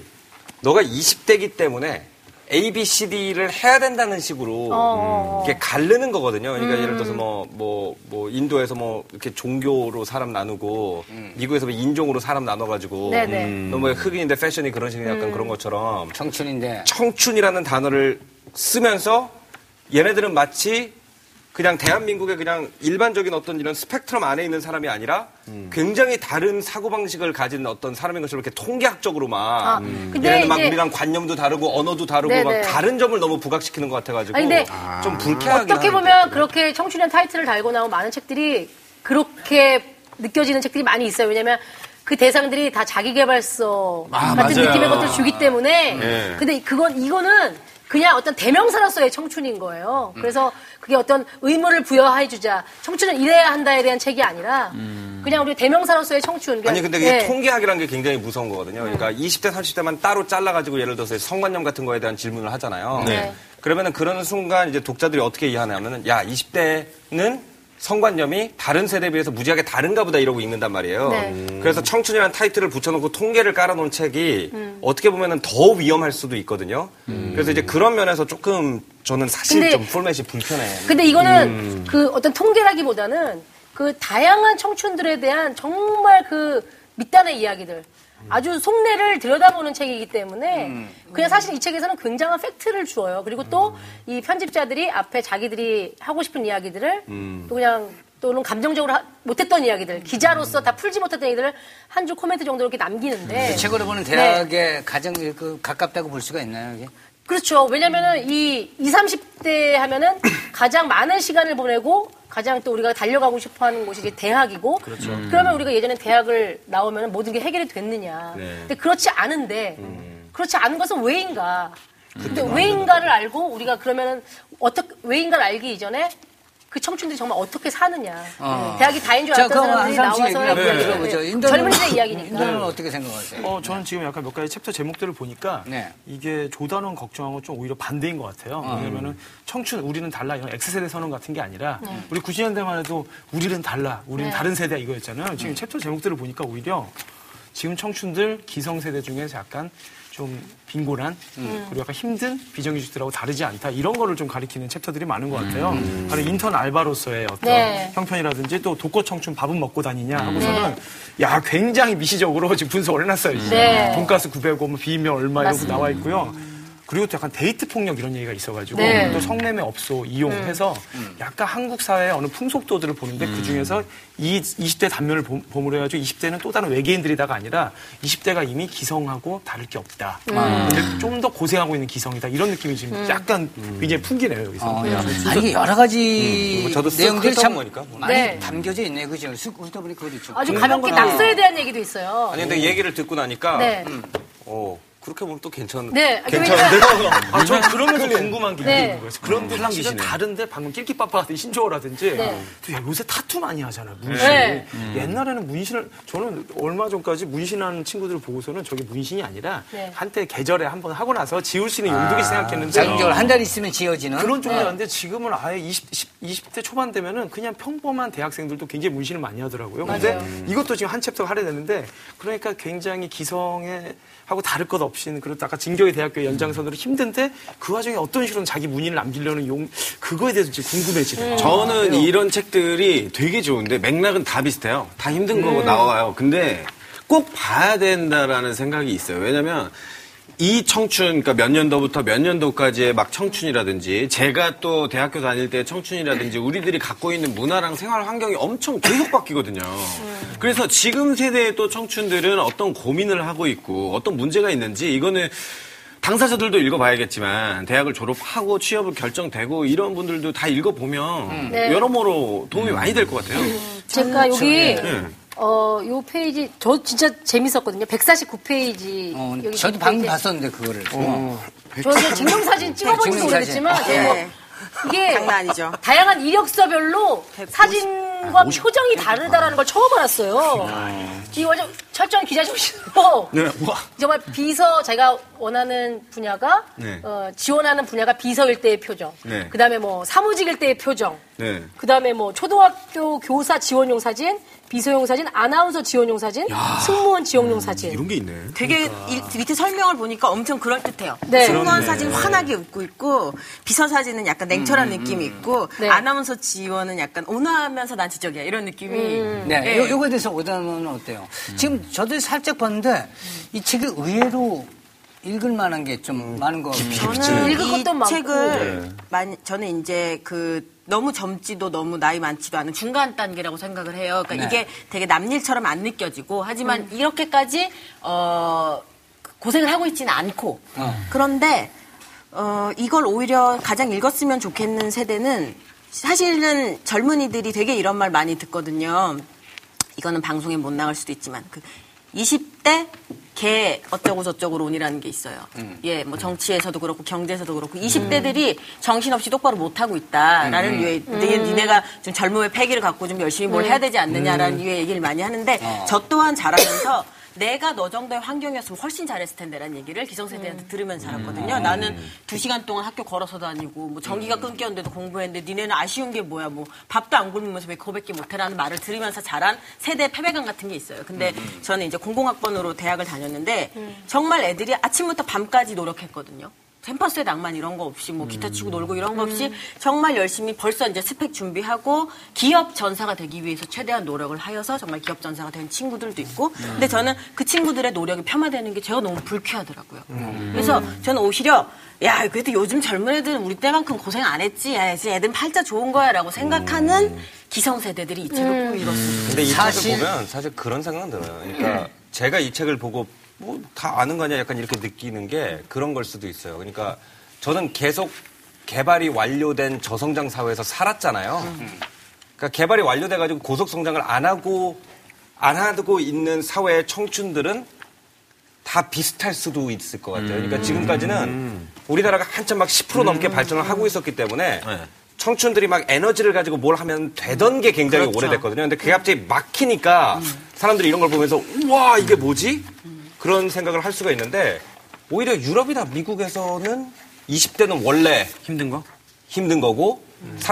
S8: 너가 20대기 때문에 A, B, C, D를 해야 된다는 식으로
S2: 어,
S8: 이렇게 가르는 거거든요. 그러니까
S2: 음.
S8: 예를 들어서 뭐, 뭐, 뭐, 인도에서 뭐, 이렇게 종교로 사람 나누고, 미국에서 뭐 인종으로 사람 나눠가지고,
S2: 네네. 음.
S8: 너무 흑인인데 패션이 그런 식의 약간 그런 것처럼
S4: 청춘인데.
S8: 청춘이라는 단어를 쓰면서 얘네들은 마치 그냥 대한민국의 그냥 일반적인 어떤 이런 스펙트럼 안에 있는 사람이 아니라 굉장히 다른 사고방식을 가진 어떤 사람인 것처럼 이렇게 통계학적으로 막
S2: 아, 근데
S8: 얘네는 막
S2: 이제-
S8: 우리랑 관념도 다르고 언어도 다르고
S2: 네네.
S8: 막 다른 점을 너무 부각시키는 것 같아가지고
S2: 아니, 근데
S8: 좀 불쾌하긴
S2: 어떻게
S8: 하는데. 네.
S2: 보면 그렇게 청춘의 타이틀을 달고 나온 많은 책들이 그렇게 느껴지는 책들이 많이 있어요. 왜냐면 그 대상들이 다 자기개발서
S3: 아,
S2: 같은
S3: 맞아요.
S2: 느낌의 것들을 주기 때문에
S8: 네.
S2: 근데 그건 이거는 그냥 어떤 대명사로서의 청춘인 거예요.
S3: 음.
S2: 그래서 그게 어떤 의무를 부여해 주자. 청춘은 이래야 한다에 대한 책이 아니라
S3: 음.
S2: 그냥 우리 대명사로서의 청춘.
S8: 아니 근데 이게
S2: 예.
S8: 통계학이라는 게 굉장히 무서운 거거든요. 그러니까 20대 30대만 따로 잘라가지고 예를 들어서 성관념 같은 거에 대한 질문을 하잖아요.
S2: 네.
S8: 그러면은 그런 순간 이제 독자들이 어떻게 이해하냐면은 야 20대는 성관념이 다른 세대에 비해서 무지하게 다른가 보다 이러고 읽는단 말이에요. 음.
S2: 네.
S8: 그래서 청춘이라는 타이틀을 붙여놓고 통계를 깔아놓은 책이
S2: 음.
S8: 어떻게 보면은 더 위험할 수도 있거든요. 그래서 이제 그런 면에서 조금 저는 사실
S2: 근데-
S8: 좀 포맷이 불편해.
S2: 근데 이거는 그 어떤 통계라기보다는 그 다양한 청춘들에 대한 정말 그 밑단의 이야기들 아주 속내를 들여다보는 책이기 때문에 그냥 사실 이 책에서는 굉장한 팩트를 주어요. 그리고 또 이 편집자들이 앞에 자기들이 하고 싶은 이야기들을 또 그냥 또는 감정적으로 하- 못했던 이야기들 기자로서 다 풀지 못했던 얘기들을 한 줄 코멘트 정도로 이렇게 남기는데
S4: 책으로 보는
S2: 네.
S4: 대학에 가장 그 가깝다고 볼 수가 있나요, 이게?
S2: 그렇죠. 왜냐면은
S4: 음.
S2: 이 20, 30대 하면은 가장 많은 시간을 보내고 가장 또 우리가 달려가고 싶어 하는 곳이 이제 대학이고.
S4: 그렇죠.
S2: 그러면 우리가 예전에 대학을 나오면 모든 게 해결이 됐느냐.
S4: 네.
S2: 근데 그렇지 않은데
S4: 음.
S2: 그렇지 않은 것은 왜인가. 근데 왜인가를 알고 우리가 그러면은 어떻게 왜인가를 알기 이전에 그 청춘들이 정말 어떻게 사느냐.
S4: 어.
S2: 네, 대학이 다인 줄
S4: 자,
S2: 알았던
S4: 그럼
S2: 사람들이
S4: 한 사람씩
S2: 나와서
S4: 얘기를 한번
S2: 이야기를
S4: 들어보죠.
S2: 해요.
S4: 인도는-
S2: 젊은이들의 이야기니까.
S4: 인도는 어떻게 생각하세요?
S9: 어, 저는 지금 약간 몇 가지 챕터 제목들을 보니까
S4: 네.
S9: 이게 조단원 걱정하고 좀 오히려 반대인 것 같아요. 왜냐면은 청춘 우리는 달라 이런 X세대 선언 같은 게 아니라 우리 90년대만 해도 우리는 달라 우리는
S2: 네.
S9: 다른 세대 이거였잖아요. 지금 챕터 제목들을 보니까 오히려 지금 청춘들 기성세대 중에서 약간 좀 빈곤한 그리고 약간 힘든 비정규직들하고 다르지 않다 이런 거를 좀 가리키는 챕터들이 많은 것 같아요. 바로 인턴 알바로서의 어떤
S2: 네.
S9: 형편이라든지 또 독거 청춘 밥은 먹고 다니냐
S2: 음.
S9: 하고서는 야 굉장히 미시적으로 지금 분석을 해놨어요. 지금.
S2: 네.
S9: 돈가스 900원, 뭐 비빔면 얼마 이런 거
S2: 맞습니다.
S9: 나와 있고요. 그리고 또 약간 데이트 폭력 이런 얘기가 있어가지고
S2: 네. 음.
S9: 또 성매매 업소 이용해서 약간 한국 사회의 어느 풍속도들을 보는데 그 중에서 이 20대 단면을 보- 보므로 해가지고 20대는 또 다른 외계인들이다가 아니라 20대가 이미 기성하고 다를 게 없다.
S2: 음.
S9: 근데 좀 더 고생하고 있는 기성이다 이런 느낌이 지금 약간 굉장히 풍기네요 여기서.
S4: 어, 야. 아니, 이게 여러 가지
S8: 뭐 저도 쓱
S4: 내용들이
S8: 훑다
S4: 참
S8: 보니까 뭐.
S4: 많이
S2: 네.
S4: 담겨져 있네요. 그죠? 쓱 훑다 보니까 그렇죠.
S2: 아주 가볍게 낙서에 대한 얘기도 있어요.
S8: 아니 근데 얘기를 듣고 나니까
S2: 네.
S4: 음.
S8: 어 그렇게 보면 또 괜찮은
S2: 네.
S3: 괜찮은데요?
S9: 아, 저 그러면서 궁금한 음, 게
S2: 네.
S9: 있는 거예요. 그래서 그런 데랑 진짜 다른데 방금 낄끼빠빠하던 신조어라든지
S2: 네.
S9: 또 야, 요새 타투 많이 하잖아요. 문신.
S2: 네.
S9: 음. 옛날에는 문신을 저는 얼마 전까지 문신하는 친구들을 보고서는 저게 문신이 아니라
S2: 네.
S9: 한때 계절에 한 번 하고 나서 지울 수 있는 용도이 생각했는데
S4: 자격적으로 한 달 있으면 지어지는.
S9: 그런 종류였는데 지금은 아예 20, 20, 대 초반 되면은 그냥 평범한 대학생들도 굉장히 문신을 많이 하더라고요. 근데 이것도 지금 한 챕터가 할애되는데 그러니까 굉장히 기성에 하고 다를 것 없이는 그렇다. 아까 진격의 대학교의 연장선으로 힘든데 그 와중에 어떤 식으로 자기 문인을 남기려는 용 그거에 대해서 지금 궁금해지네요.
S3: 어, 저는 이런 책들이 되게 좋은데 맥락은 다 비슷해요. 다 힘든 거고 나와요. 근데 꼭 봐야 된다라는 생각이 있어요. 왜냐면 이 청춘, 그러니까 몇 년도부터 몇 년도까지의 막 청춘이라든지 제가 또 대학교 다닐 때 청춘이라든지 우리들이 갖고 있는 문화랑 생활 환경이 엄청 계속 바뀌거든요. 그래서 지금 세대의 또 청춘들은 어떤 고민을 하고 있고 뭐 어떤 문제가 있는지 이거는 당사자들도 읽어봐야겠지만 대학을 졸업하고 취업을 결정되고 이런 분들도 다 읽어보면
S2: 네.
S3: 여러모로 도움이 많이 될 것 같아요.
S4: 음.
S2: 제가 여기
S4: 그렇죠.
S3: 예.
S2: 어, 요 페이지 저 진짜 재밌었거든요. 149페이지.
S4: 어, 저도 방금 봤었는데, 그거를.
S8: 어.
S2: 저는 증명사진 찍어본지도
S4: 증명사진. 예.
S2: 모르겠지만 제가 뭐
S5: 네.
S2: 이게
S5: 장난 아니죠.
S2: 다양한 이력서별로
S3: 아,
S2: 사진과 표정이 다르다라는 걸 처음 알았어요. 이 완전 철저한 기자 정신으로
S3: 네,
S2: 정말 비서 제가 원하는 분야가
S3: 네.
S2: 어, 지원하는 분야가 비서일 때의 표정,
S3: 네.
S2: 그다음에 뭐 사무직일 때의 표정,
S3: 네.
S2: 그다음에 뭐 초등학교 교사 지원용 사진, 비서용 사진, 아나운서 지원용 사진, 승무원 지원용 사진.
S12: 이런 게 있네.
S5: 되게 이- 밑에 설명을 보니까 엄청 그러니까. 그럴듯해요.
S2: 네.
S5: 승무원 사진 환하게 웃고 있고 비서 사진은 약간 냉철한 느낌이 있고
S2: 네.
S5: 아나운서 지원은 약간 온화하면서 난 지적이야 이런 느낌이
S2: 음.
S4: 네,
S5: 네.
S4: 요, 요거에 대해서 오단원은 어때요? 지금 저도 살짝 봤는데, 이 책이 의외로 읽을 만한 게 좀 많은 거 같아요.
S5: 저는
S2: 읽을 것도
S5: 이
S2: 많고.
S5: 책을 많이 저는 이제 그 너무 젊지도 너무 나이 많지도 않은 중간 단계라고 생각을 해요. 그러니까
S4: 네.
S5: 이게 되게 남일처럼 안 느껴지고
S2: 음.
S5: 하지만 이렇게까지 어 고생을 하고 있지는 않고 그런데 어 이걸 오히려 가장 읽었으면 좋겠는 세대는 사실은 젊은이들이 되게 이런 말 많이 듣거든요. 이거는 방송에 못 나갈 수도 있지만 그 20대 개 어쩌고 저쩌고로 온이라는 게 있어요. 예, 뭐 정치에서도 그렇고 경제에서도 그렇고 20대들이 정신없이 똑바로 못 하고 있다라는 유의 네, 니네가 좀 젊음의 패기를 갖고 좀 열심히 뭘 해야 되지 않느냐라는 유의 얘기를 많이 하는데 저 또한 자라면서 내가 너 정도의 환경이었으면 훨씬 잘했을 텐데라는 얘기를 기성세대한테 들으면서 자랐거든요. 나는 두 시간 동안 학교 걸어서 다니고 뭐 전기가 끊겼는데도 공부했는데 니네는 아쉬운 게 뭐야 뭐 밥도 안 굶으면서 왜 그거밖에 못해라는 말을 들으면서 자란 세대 패배감 같은 게 있어요. 근데 저는 이제 공공학번으로 대학을 다녔는데 정말 애들이 아침부터 밤까지 노력했거든요. 템파스의 낭만 이런 거 없이 뭐 기타 치고 놀고 이런 거 없이 정말 열심히 벌써 이제 스펙 준비하고 기업 전사가 되기 위해서 최대한 노력을 하여서 정말 기업 전사가 된 친구들도 있고 근데 저는 그 친구들의 노력이 폄하되는 게 제가 너무 불쾌하더라고요. 그래서 저는 오히려 야 그래도 요즘 젊은 애들은 우리 때만큼 고생 안 했지 야, 이제 애들은 팔자 좋은 거야라고 생각하는 기성세대들이 이 책을 꼭 읽었으면 좋겠어요.
S8: 근데 이
S4: 사실- 음.
S8: 책을 보면 사실 그런 생각은 들어요. 그러니까 제가 이 책을 보고 뭐 다 아는 거냐 약간 이렇게 느끼는 게 그런 걸 수도 있어요. 그러니까 저는 계속 개발이 완료된 저성장 사회에서 살았잖아요.
S4: 음.
S8: 그러니까 개발이 완료돼가지고 고속 성장을 안 하고 안 하고 있는 사회의 청춘들은 다 비슷할 수도 있을 것 같아요. 그러니까 지금까지는 우리나라가 한참 막 10% 넘게 발전을 하고 있었기 때문에 청춘들이 막 에너지를 가지고 뭘 하면 되던 게 굉장히 오래됐거든요. 근데 그게 갑자기 막히니까 사람들이 이런 걸 보면서 우와 이게 뭐지? 그런 생각을 할 수가 있는데 오히려 유럽이나 미국에서는 20대는 원래
S9: 힘든 거?
S8: 힘든 거고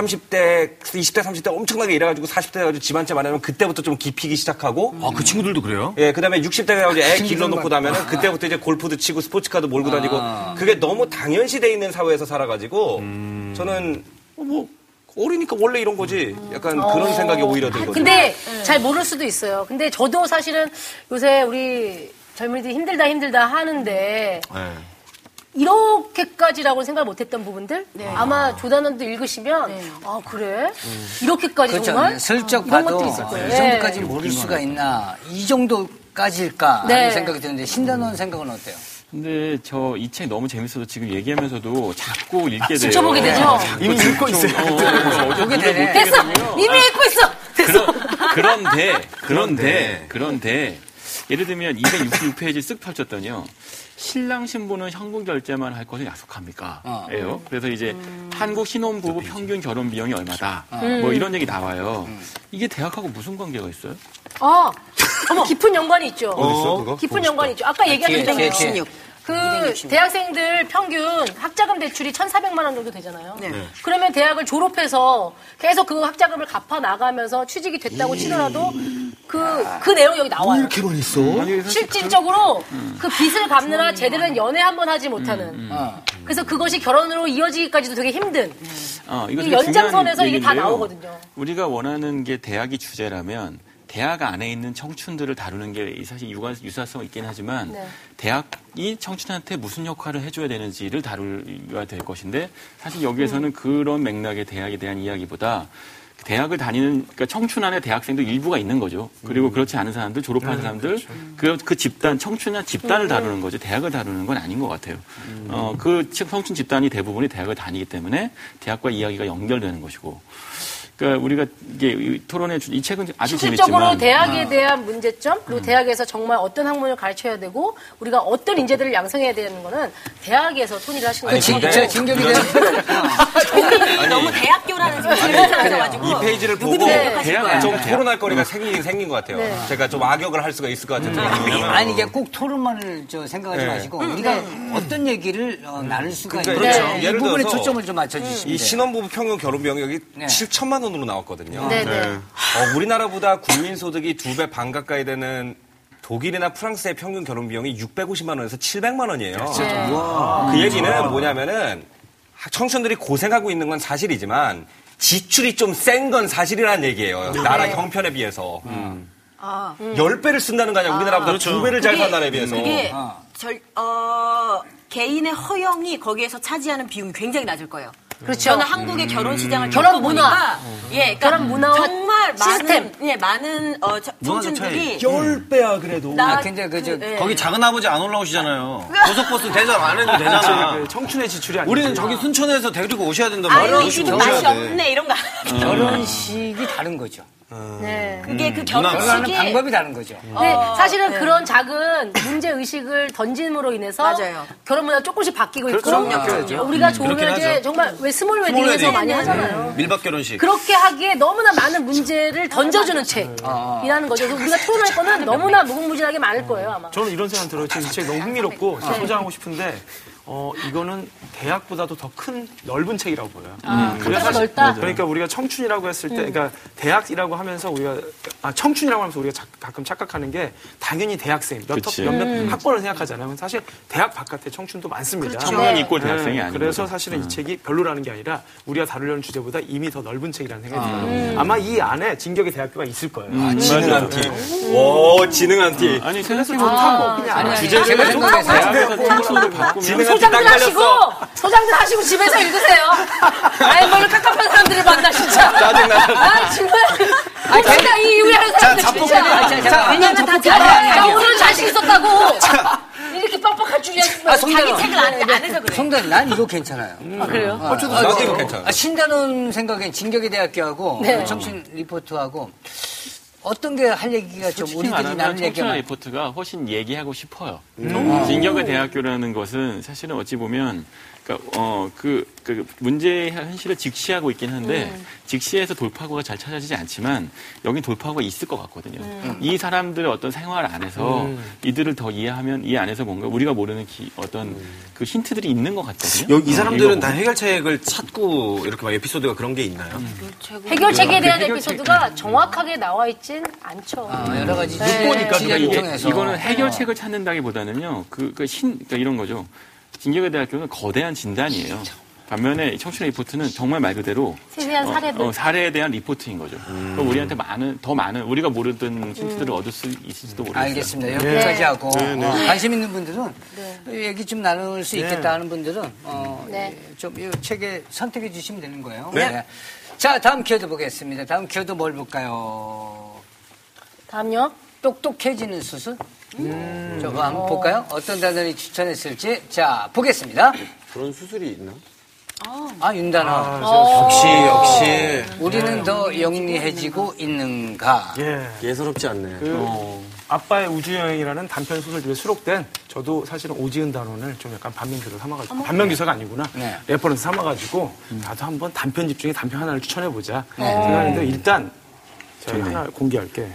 S8: 30대, 20대, 30대 엄청나게 일해가지고 40대 돼가지고 집 한 채 마련하면 그때부터 좀 깊이기 시작하고
S12: 아, 그 친구들도 그래요?
S8: 예, 그다음에 60대 가지고 애 길러놓고 나면은 그때부터 이제 골프도 치고 스포츠카도
S12: 아.
S8: 몰고 다니고 그게 너무 당연시돼 있는 사회에서 살아가지고
S12: 음.
S8: 저는 어, 뭐 어리니까 원래 이런 거지 약간 그런 생각이 오히려 들거든요.
S2: 아, 근데 잘 모를 수도 있어요. 근데 저도 사실은 요새 우리 젊은이들이 힘들다 힘들다 하는데
S12: 네.
S2: 이렇게까지라고 생각 못했던 부분들 아마 조단원도 읽으시면 아 그래 이렇게까지
S4: 그렇죠.
S2: 정말
S4: 슬쩍
S2: 이런
S4: 봐도
S2: 것들이 있을 거예요.
S4: 이 정도까지 모를 수가 있나 이 정도까지일까
S2: 네.
S4: 하는 생각이 드는데 신단원 생각은 어때요?
S6: 근데 저 이 책 너무 재밌어서 지금 얘기하면서도 자꾸 읽게 돼요.
S2: 지쳐보게 되죠?
S6: 이미 읽고 있어요. 어, 어,
S4: 보게 되네.
S2: 아, 됐어 이미 읽고 있어 됐어
S6: 그런, 데 그런데, 그런데, 예를 들면 266페이지 쓱 펼쳤더니요. 신랑 신부는 현금 결제만 할 것을 약속합니까?
S2: 아.
S4: 어.
S6: 예요. 그래서 이제
S2: 음.
S6: 한국 신혼부부 평균 결혼 비용이 얼마다.
S2: 아.
S6: 뭐 이런 얘기 나와요.
S2: 음.
S6: 이게 대학하고 무슨 관계가 있어요?
S2: 아 어머 깊은 연관이 있죠
S12: 어딨어, 그거?
S2: 깊은 연관이 있죠 아까 얘기하신
S4: 뒤에, 뒤에,
S2: 대로
S4: 뒤에.
S5: 266.
S2: 그 대학생들 평균 학자금 대출이 1,400만 원 정도 되잖아요.
S6: 네.
S2: 그러면 대학을 졸업해서 계속 그 학자금을 갚아 나가면서 취직이 됐다고 치더라도 그, 그 내용 여기 나와요.
S12: 많이 써?
S6: 음.
S2: 실질적으로 그 빚을 갚느라 제대로 된 연애 한 번 하지 못하는.
S6: 음,
S4: 어.
S2: 그래서 그것이 결혼으로 이어지기까지도 되게 힘든.
S6: 어, 이거
S2: 이
S6: 되게
S2: 연장선에서
S6: 중요한
S2: 이게 다
S6: 얘기인데요.
S2: 나오거든요.
S6: 우리가 원하는 게 대학이 주제라면 대학 안에 있는 청춘들을 다루는 게 사실 유가, 유사성 있긴 하지만
S2: 네.
S6: 대학이 청춘한테 무슨 역할을 해줘야 되는지를 다루어야 될 것인데 사실 여기에서는 그런 맥락의 대학에 대한 이야기보다 대학을 다니는 그러니까 청춘 안에 대학생도 일부가 있는 거죠. 그리고 그렇지 않은 사람들, 졸업한 사람들, 그, 그 집단, 청춘이나 집단을 다루는 거죠. 대학을 다루는 건 아닌 것 같아요. 어, 그 치- 청춘 집단이 대부분이 대학을 다니기 때문에 대학과 이야기가 연결되는 것이고. 그러니까 우리가 이게 이 토론의 주- 이 책은 아주
S2: 실질적으로
S6: 재밌지만 아. 음.
S2: 대학에 대한 문제점, 그리고 대학에서 정말 어떤 학문을 가르쳐야 되고, 우리가 어떤 인재들을 양성해야 되는 거는 대학에서 손의를 하시는 거죠.
S4: 진- 진짜 진격이 되는
S5: 너무 대학교라는 지금 질문을 하셔가지고
S8: 이 페이지를 보고
S5: 누구든
S2: 네.
S5: 기억하실
S6: 대학
S5: 거야.
S6: 안에
S8: 좀
S12: 네.
S8: 토론할
S12: 음.
S8: 거리가 생긴 생긴 것 같아요. 제가 좀 악역을 할 수가 있을 것 같은 느낌이
S12: 음.
S8: 요
S4: 아니 이게 꼭 토론만을 저 생각하지 마시고 우리가 어떤 얘기를 어, 나눌 수가
S8: 그러니까
S4: 있는데
S8: 그렇죠.
S4: 이
S8: 예를
S4: 부분에
S8: 들어서
S4: 초점을 좀 맞춰주시면
S8: 이
S4: 돼요.
S8: 신혼부부 평균 결혼 비용이
S4: 네.
S8: 7천만 원으로 나왔거든요.
S9: 아,
S2: 네,
S5: 그러니까
S2: 네.
S8: 어, 우리나라보다 국민소득이 두 배 반 가까이 되는 독일이나 프랑스의 평균 결혼 비용이 650만 원에서 700만 원이에요.
S3: 아,
S2: 네.
S3: 음.
S8: 그 얘기는 뭐냐면은 청춘들이 고생하고 있는 건 사실이지만 지출이 좀 센 건 사실이라는 얘기예요.
S3: 네.
S8: 나라 형편에 비해서.
S3: 음.
S8: 음.
S5: 아.
S8: 10배를 쓴다는 거 아니야. 우리나라보다 두배를잘 산다는 에 비해서.
S5: 그게 절, 어, 개인의 허용이 거기에서 차지하는 비용이 굉장히 낮을 거예요.
S2: 그렇죠.
S5: 저는 한국의 결혼 시장을
S2: 결혼
S5: 겪어보니까,
S2: 문화.
S5: 예, 그러니까
S2: 결혼 문화와
S5: 정말
S2: 시스템.
S5: 많은 예, 많은 어, 저-
S3: 문화적
S5: 청춘들이
S3: 열 배야 그래도.
S5: 나
S4: 아, 근데 그저
S5: 예.
S2: 네.
S3: 거기 작은 아버지 안 올라오시잖아요. 고속버스 대전 안 해도 되잖아.
S9: 청춘의 지출이 아니고
S3: 우리는 저기 순천에서 데리고 오셔야 된단 말이야.
S5: 아유 이 집은 맛이 없네 이런 거. 아니에요.
S4: 결혼식이 다른 거죠.
S2: 네.
S5: 그게 그
S4: 결혼하는
S5: 결혼식이
S4: 방법이 다른 거죠.
S5: 어.
S2: 근데 네, 사실은 그런 작은 문제 의식을 던짐으로 인해서
S5: 네. 맞아요.
S2: 결혼 문화 가 조금씩 바뀌고 있고
S9: 그렇죠.
S2: 어, 우리가 좋으면 이제 정말 왜 스몰 웨딩에서
S3: 웨딩.
S9: 네.
S2: 많이 하잖아요.
S3: 밀박 결혼식.
S2: 그렇게 하기에 너무나 많은
S5: 아,
S2: 문제를 던져주는
S9: 아.
S2: 책이라는 거죠. 그래서 우리가 토론할 거는 너무나 무궁무진하게 많을 거예요 아마.
S9: 저는 이런 생각 들어요. 지금 이책 너무 흥미롭고 제가 소장하고 싶은데 어 이거는 대학보다도 더 큰 넓은 책이라고 보여요.
S2: 그래서
S9: 사실-
S2: 넓다?
S9: 그러니까 우리가 청춘이라고 했을 때, 그러니까 대학이라고 하면서 우리가 아 청춘이라고 하면서 우리가 자- 가끔 착각하는 게 당연히 대학생 몇,
S6: 그치.
S9: 학- 몇몇 학번을 생각하잖아요. 사실 대학 바깥에 청춘도 많습니다.
S6: 청년
S2: 네.
S6: 이꼴
S9: 네,
S6: 대학생이 아닌 거죠.
S9: 그래서
S6: 음.
S9: 사실은 이 책이 별로라는 게 아니라 우리가 다루려는 주제보다 이미 더 넓은 책이라는 생각이 들어요. 아마 이 안에 진격의 대학교가 있을 거예요.
S3: 아,
S6: 음.
S8: 지능한 티.
S2: 음.
S8: 오, 지능한 티.
S6: 아니 생각해
S4: 제가 생각해서요.
S6: 청춘으로 바꾸면
S8: 지능한 티 딱
S2: 소장들 하시고
S8: 걸렸어.
S2: 소장들 하시고 집에서 읽으세요. 아이 뭘로 깝깝한 사람들이 만나 진짜.
S8: 짜증나.
S2: 아 정말. 아 진짜 이 이후에 하는 사람들 진짜. 아, 자, 자, 왜냐면 다 자기 오늘 자신 있었다고. 이렇게 빡빡할 줄이야.
S4: 아,
S5: 자기
S4: 송단원.
S5: 책을 안, 안 해서 그래.
S4: 송단원, 난 이거 괜찮아요.
S2: 아, 그래요?
S8: 어쩌다 나도 이거
S4: 아,
S8: 괜찮아.
S4: 신단원 생각엔 진격의 대학교하고
S2: 네.
S4: 청춘 리포트하고 어떤 게 할 얘기가 좀
S6: 솔직히
S4: 우리들이
S6: 말하면
S4: 나눌 얘기가
S6: 아, 청춘
S4: 많
S6: 음. 리포트가 훨씬 얘기하고 싶어요. 진격의 대학교라는 것은 사실은 어찌 보면 그러니까 어그 그 문제의 현실을 직시하고 있긴 한데 직시해서 돌파구가 잘 찾아지지 않지만 여기 돌파구가 있을 것 같거든요. 음. 이 사람들의 어떤 생활 안에서 이들을 더 이해하면 이 안에서 뭔가 우리가 모르는 기- 어떤 그 힌트들이 있는 것 같거든요. 음.
S3: 여기 이 사람들은
S8: 음.
S6: 이거
S3: 다 해결책을 찾고 이렇게 막 에피소드가 그런 게 있나요?
S2: 해결책에 대한 에피소드가 정확하게 나와 있진 않죠.
S4: 아, 여러 가지
S2: 네.
S4: 육보니까
S6: 그러니까
S4: 그걸
S6: 이게-
S4: 통해서
S6: 이거는 해결책을 찾는다기보다는요. 그, 그 신, 그러니까 이런 거죠. 진격의 대학교는 거대한 진단이에요. 반면에 청춘의 리포트는 정말 말 그대로
S2: 세세한
S6: 어,
S2: 사례들.
S6: 어, 사례에 대한 리포트인 거죠. 그럼 우리한테 많은 더 많은 우리가 모르던 힌트들을 얻을 수 있을지도 모르겠어요.
S4: 예. 알겠습니다. 여기까지 하고 어, 관심 있는 분들은 이 얘기 좀 나눌 수 있겠다 하는 분들은 어,
S2: 네.
S4: 예, 좀이 책에 선택해 주시면 되는 거예요. 네. 자, 다음 키워드 보겠습니다. 다음 키워드 뭘 볼까요?
S2: 다음요.
S4: 똑똑해지는 수술? 음. 저거 한번 볼까요? 어떤 단어를 추천했을지 자 보겠습니다.
S8: 그런 수술이 있나?
S4: 아 윤단아
S2: 어.
S3: 역시 역시
S4: 우리는
S2: 네.
S4: 더 영리해지고 있는가?
S9: 예.
S8: 예사롭지 않네.
S9: 그
S3: 어.
S9: 아빠의 우주여행이라는 단편 소설집에 수록된 저도 사실은 오지은 단원을 좀 약간 반면교사 삼아가지고 반면교사가 아니구나
S4: 네.
S9: 레퍼런스 삼아가지고 나도 한번 단편집 중에 단편 하나를 추천해보자
S2: 네.
S9: 생각했는데 일단 제가 하나 공개할게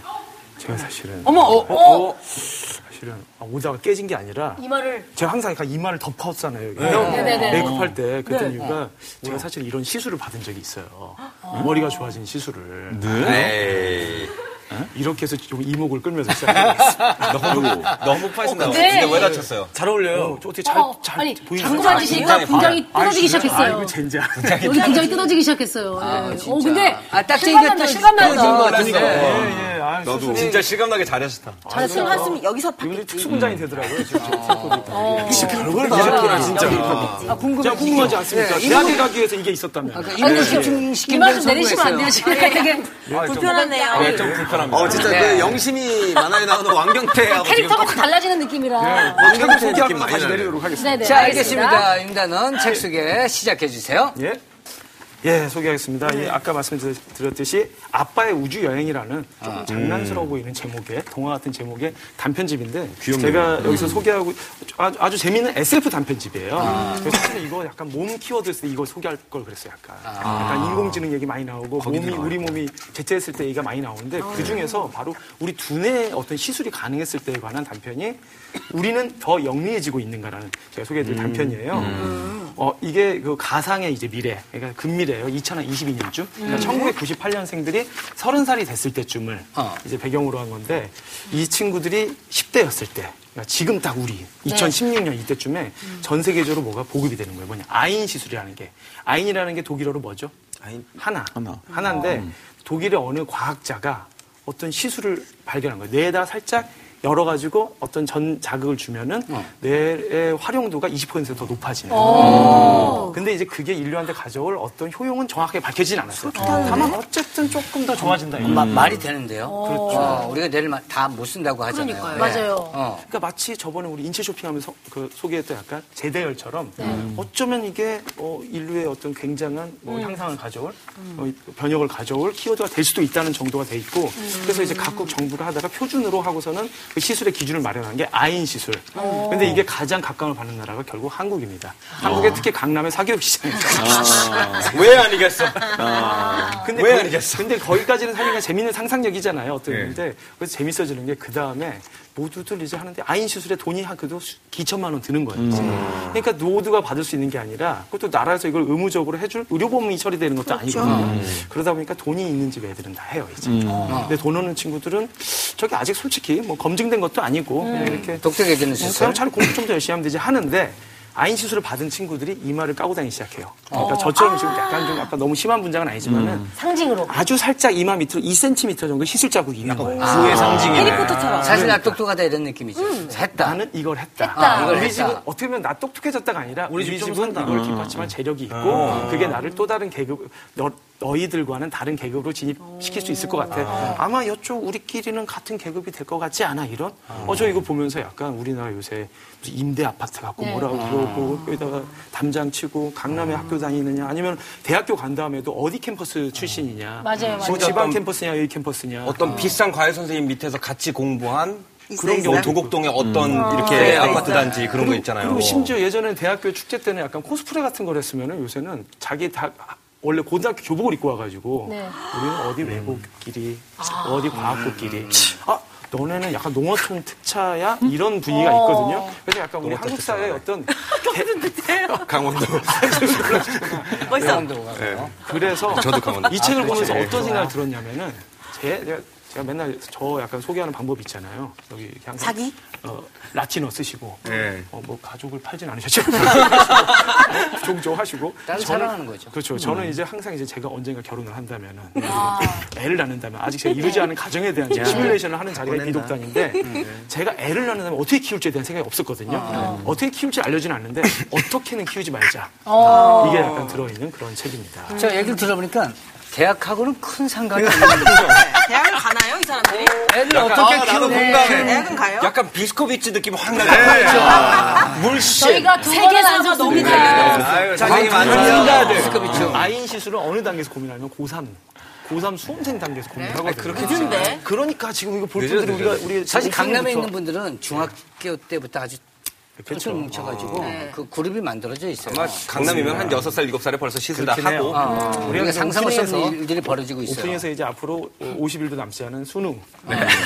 S9: 제가 사실은
S2: 어머, 어, 어.
S9: 사실은 아, 오다가 깨진 게 아니라
S2: 이 말을
S9: 제가 항상 약간 이마를 덮었잖아요. 여기.
S2: 어. 네네네. 네.
S9: 메이크업할 때 그랬던 이유가 제가 사실 이런 시술을 받은 적이 있어요. 머리가 좋아진 시술을 네? 어?
S3: 에이,
S9: 이렇게 해서 좀 이목을 끌면서 시작했어요.
S3: 너무 아,
S9: 어,
S3: 너무 파이신다.
S2: 근데-
S3: 근데 왜 다쳤어요?
S9: 잘 어울려요. 저 어떻게 잘,
S2: 어,
S9: 잘
S2: 아니
S9: 보이죠?
S2: 자꾸 만지시니까 분장이 뜯어지기 시작했어요.
S9: 아이고 젠장.
S2: 여기 굉장히 뜯어지기 시작했어요.
S4: 아,
S2: 예. 어,
S4: 진짜.
S2: 근데
S4: 아, 딱지
S2: 실감난다,
S4: 이게 또
S2: 실감난다.
S4: 떨어진
S3: 그러니까
S4: 것
S9: 예,
S2: 네.
S9: 예. 아,
S3: 나도 진짜 실감나게 잘하셨다.
S5: 한숨 한숨이 여기서
S9: 요즘
S5: 받겠지.
S9: 특수분장이 되더라고요. 지금
S3: 별걸 다 알았구나 진짜.
S4: 아, 궁금해.
S9: 제가 궁금하지 않습니까?
S4: 네,
S9: 대학에 가기 위해서 이게 있었다면.
S4: 그러니까 이걸 집중시키면
S2: 이말 좀 내리시면 안 돼요, 지금.
S5: 불편하네요.
S3: 좀 불편합니다. 어 진짜 그 영심이 만화에 나오는 왕경태하고 지금
S2: 네. 캐릭터가 다 달라지는 느낌이라.
S9: 방금
S3: 왕경태 느낌
S9: 소개하면서
S3: 많이
S9: 다시
S3: 나요.
S9: 내리도록 하겠습니다.
S2: 네네.
S4: 자, 알겠습니다. 윤단원 책 소개 시작해 주세요.
S9: 예. 예, 소개하겠습니다. 예, 아까 말씀드렸듯이 아빠의 우주 여행이라는 조금 장난스러워 보이는 제목의 동화 같은 제목의 단편집인데 제가 여기서 소개하고 아주, 아주 재미있는 SF 단편집이에요. 그래서 사실 이거 약간 몸 키워드에서 이걸 소개할 걸 그랬어요. 약간 약간 인공지능 얘기 많이 아. 나오고 몸이 우리 몸이 개체했을 때 얘기가 많이 나오는데 그 중에서 바로 우리 두뇌의 어떤 시술이 가능했을 때에 관한 단편이 우리는 더 영리해지고 있는가라는 제가 소개해드릴 단편이에요. 어, 이게 그 가상의 이제 미래, 그러니까 금미래예요. 2022년쯤. 그러니까 1998년생들이 30살이 됐을 때쯤을
S4: 어.
S9: 이제 배경으로 한 건데 이 친구들이 10대였을 때 그러니까 지금 딱 우리 2016년 이때쯤에 전 세계적으로 뭐가 보급이 되는 거예요. 뭐냐? 아인 시술이라는 게. 아인이라는 게 독일어로 뭐죠?
S3: 아인.
S9: 하나. 하나. 인데 독일의 어느 과학자가 어떤 시술을 발견한 거예요. 뇌에다 살짝 열어가지고 어떤 전 자극을 주면은 뇌의 활용도가 20%더 높아지는. 어, 근데 이제 그게 인류한테 가져올 어떤 효용은 정확하게 밝혀지진 않았어요. 다만 어쨌든 조금 더 좋아진다. 이거.
S4: 마- 말이 되는데요. 그렇죠. 우리가 내일 다 못 쓴다고 하잖아요.
S2: 맞아요.
S4: 어.
S9: 그러니까 마치 저번에 우리 인체 쇼핑하면서 그 소개했던 약간 제대열처럼 어쩌면 이게 어, 인류의 어떤 굉장한 뭐 향상을 가져올 어, 변혁을 가져올 키워드가 될 수도 있다는 정도가 돼 있고 그래서 이제 각국 정부가 하다가 표준으로 하고서는 그 시술의 기준을 마련한 게 아인 시술. 근데 이게 가장 각광을 받는 나라가 결국 한국입니다. 한국의 특히 강남의 사교육 시장에서.
S3: 왜 아니겠어?
S9: 근데
S3: 왜
S9: 거기-
S3: 아니겠어? 예.
S9: 근데 거기까지는 사실 그냥 재밌는 상상력이잖아요. 어떤 건데 그래서 재밌어지는 게 그 다음에 모두들 이제 하는데 아인 시술에 돈이 한 그래도 수- 기천만 원 드는 거예요. 지금.
S3: 음.
S9: 그러니까 모두가 받을 수 있는 게 아니라 그것도 나라에서 이걸 의무적으로 해줄 의료보험이 처리되는 것도 아니거든요.
S3: 음.
S9: 그러다 보니까 돈이 있는 집 애들은 다 해요 이제. 근데 돈 없는 친구들은 저게 아직 솔직히 뭐 검증된 것도 아니고 그냥 이렇게
S4: 독특해지는 수술.
S9: 그냥 차라리 공부 좀 더 열심히 하면 되지 하는데 아인 시술을 받은 친구들이 이마를 까고 다니기 시작해요. 그러니까 저처럼 지금 약간 좀 아까 너무 심한 분장은 아니지만은
S3: 음.
S2: 상징으로.
S9: 아주 살짝 이마 밑으로 2cm 정도 시술 자국이 있는 거예요.
S3: 부의
S8: 어,
S3: 상징이네.
S4: 사실 나 똑똑하다 이런 느낌이죠. 했다.
S9: 나는 이걸 했다.
S4: 했다. 아, 이걸
S9: 우리
S4: 했다.
S9: 집은 어떻게 보면 나 똑똑해졌다가 아니라 그러니까. 우리,
S3: 집
S9: 집은 아.
S3: 좀 산다.
S9: 이걸 뒷받침할 재력이 있고 그게 나를 또 다른 계급 너, 너희들과는 다른 계급으로 진입시킬 수 있을 것 같아. 아마 이쪽 우리끼리는 같은 계급이 될 것 같지 않아 이런. 어 저 이거 보면서 약간 우리나라 요새 무슨 임대 아파트
S2: 네.
S9: 아. 갖고 뭐라고 그러고 여기다가 담장 치고 강남에 학교 다니느냐 아니면 대학교 간 다음에도 어디 캠퍼스 출신이냐. 뭐
S2: 맞아요, 맞아요.
S9: 지방 캠퍼스냐 여기 캠퍼스냐.
S8: 어떤 비싼 과외 선생님 밑에서 같이 공부한
S5: 있어요.
S3: 그런 경우 도곡동에 어떤 이렇게
S5: 그래요.
S3: 아파트 단지 그런 거 있잖아요.
S9: 그리고 심지어 예전에는 대학교 축제 때는 약간 코스프레 같은 걸 했으면은 요새는 자기 다 원래 고등학교 교복을 입고 와가지고
S2: 네.
S9: 우리는 어디 외국끼리
S5: 아.
S9: 어디
S3: 음.
S9: 과학국끼리 아 너네는 약간 농어촌 특차야 이런 분위기가
S5: 어.
S9: 있거든요. 그래서 약간 우리 한국 사회의 어떤
S3: 강원도.
S5: 벌써
S9: 그래서
S3: 저도 강원도.
S9: 이 책을 보면서 어떤 생각을 들었냐면은 제, 제가, 제가 맨날 저 약간 소개하는 방법 있잖아요. 여기 이렇게 항상
S5: 자기?
S9: 어, 라틴어 쓰시고
S3: 네.
S9: 어, 뭐 가족을 팔진 않으셨죠? 종종 하시고
S4: 딸을
S9: 저는-
S4: 사랑하는 거죠. 음.
S9: 그렇죠. 저는 이제 항상 이제 제가 언젠가 결혼을 한다면은 음, 애를 낳는다면 아직 제가
S4: 네.
S9: 이루지 않은 가정에 대한 지금 시뮬레이션을 하는 자리가 미독단인데
S4: 음.
S9: 제가 애를 낳는다면 어떻게 키울지에 대한 생각이 없었거든요.
S4: 아.
S9: 네. 어떻게 키울지 알려진 않는데 어떻게는 키우지 말자.
S4: 어.
S9: 이게 약간 들어있는 그런 책입니다.
S4: 저 얘기를 들어보니까 대학하고는 큰 상관이
S9: 그러니까.
S4: 없는
S5: 대학을 가나요, 이 사람들이?
S4: 애를 어떻게
S3: 아, 나도
S4: 키우네.
S3: 공감해.
S5: 대학은 가요?
S3: 약간 비스코비치 느낌 확
S9: 그렇죠?
S3: 나네. 물씬.
S2: 저희가 두 번은 안 썼습니다.
S3: 아유, 선생님
S4: 야
S3: 앉아요.
S4: 돼. 스커비츠.
S9: 아인 시술은 어느 단계에서 고민하냐면 고3. 고3 수험생 단계에서
S4: 네.
S9: 고민하거든요.
S5: 늦은데?
S9: 그러니까 지금 이거 볼
S3: 늦어요,
S9: 분들이 우리가 우리
S4: 사실 강남에
S9: 오픈부터-
S4: 있는 분들은 중학교 때부터 아주
S9: 그렇죠.
S4: 쫄쫄 뭉쳐가지고 그 그룹이 만들어져 있어요.
S3: 아마 강남이면 한 6살, 7살에 벌써 시술 다
S9: 그렇긴 해요.
S3: 하고.
S4: 아, 우리가
S9: 우리가
S4: 상상할 수
S9: 오프닝에서-
S4: 없는 일들이 벌어지고 있어요.
S9: 오프닝에서 이제 앞으로 50일도 남지 않은 수능,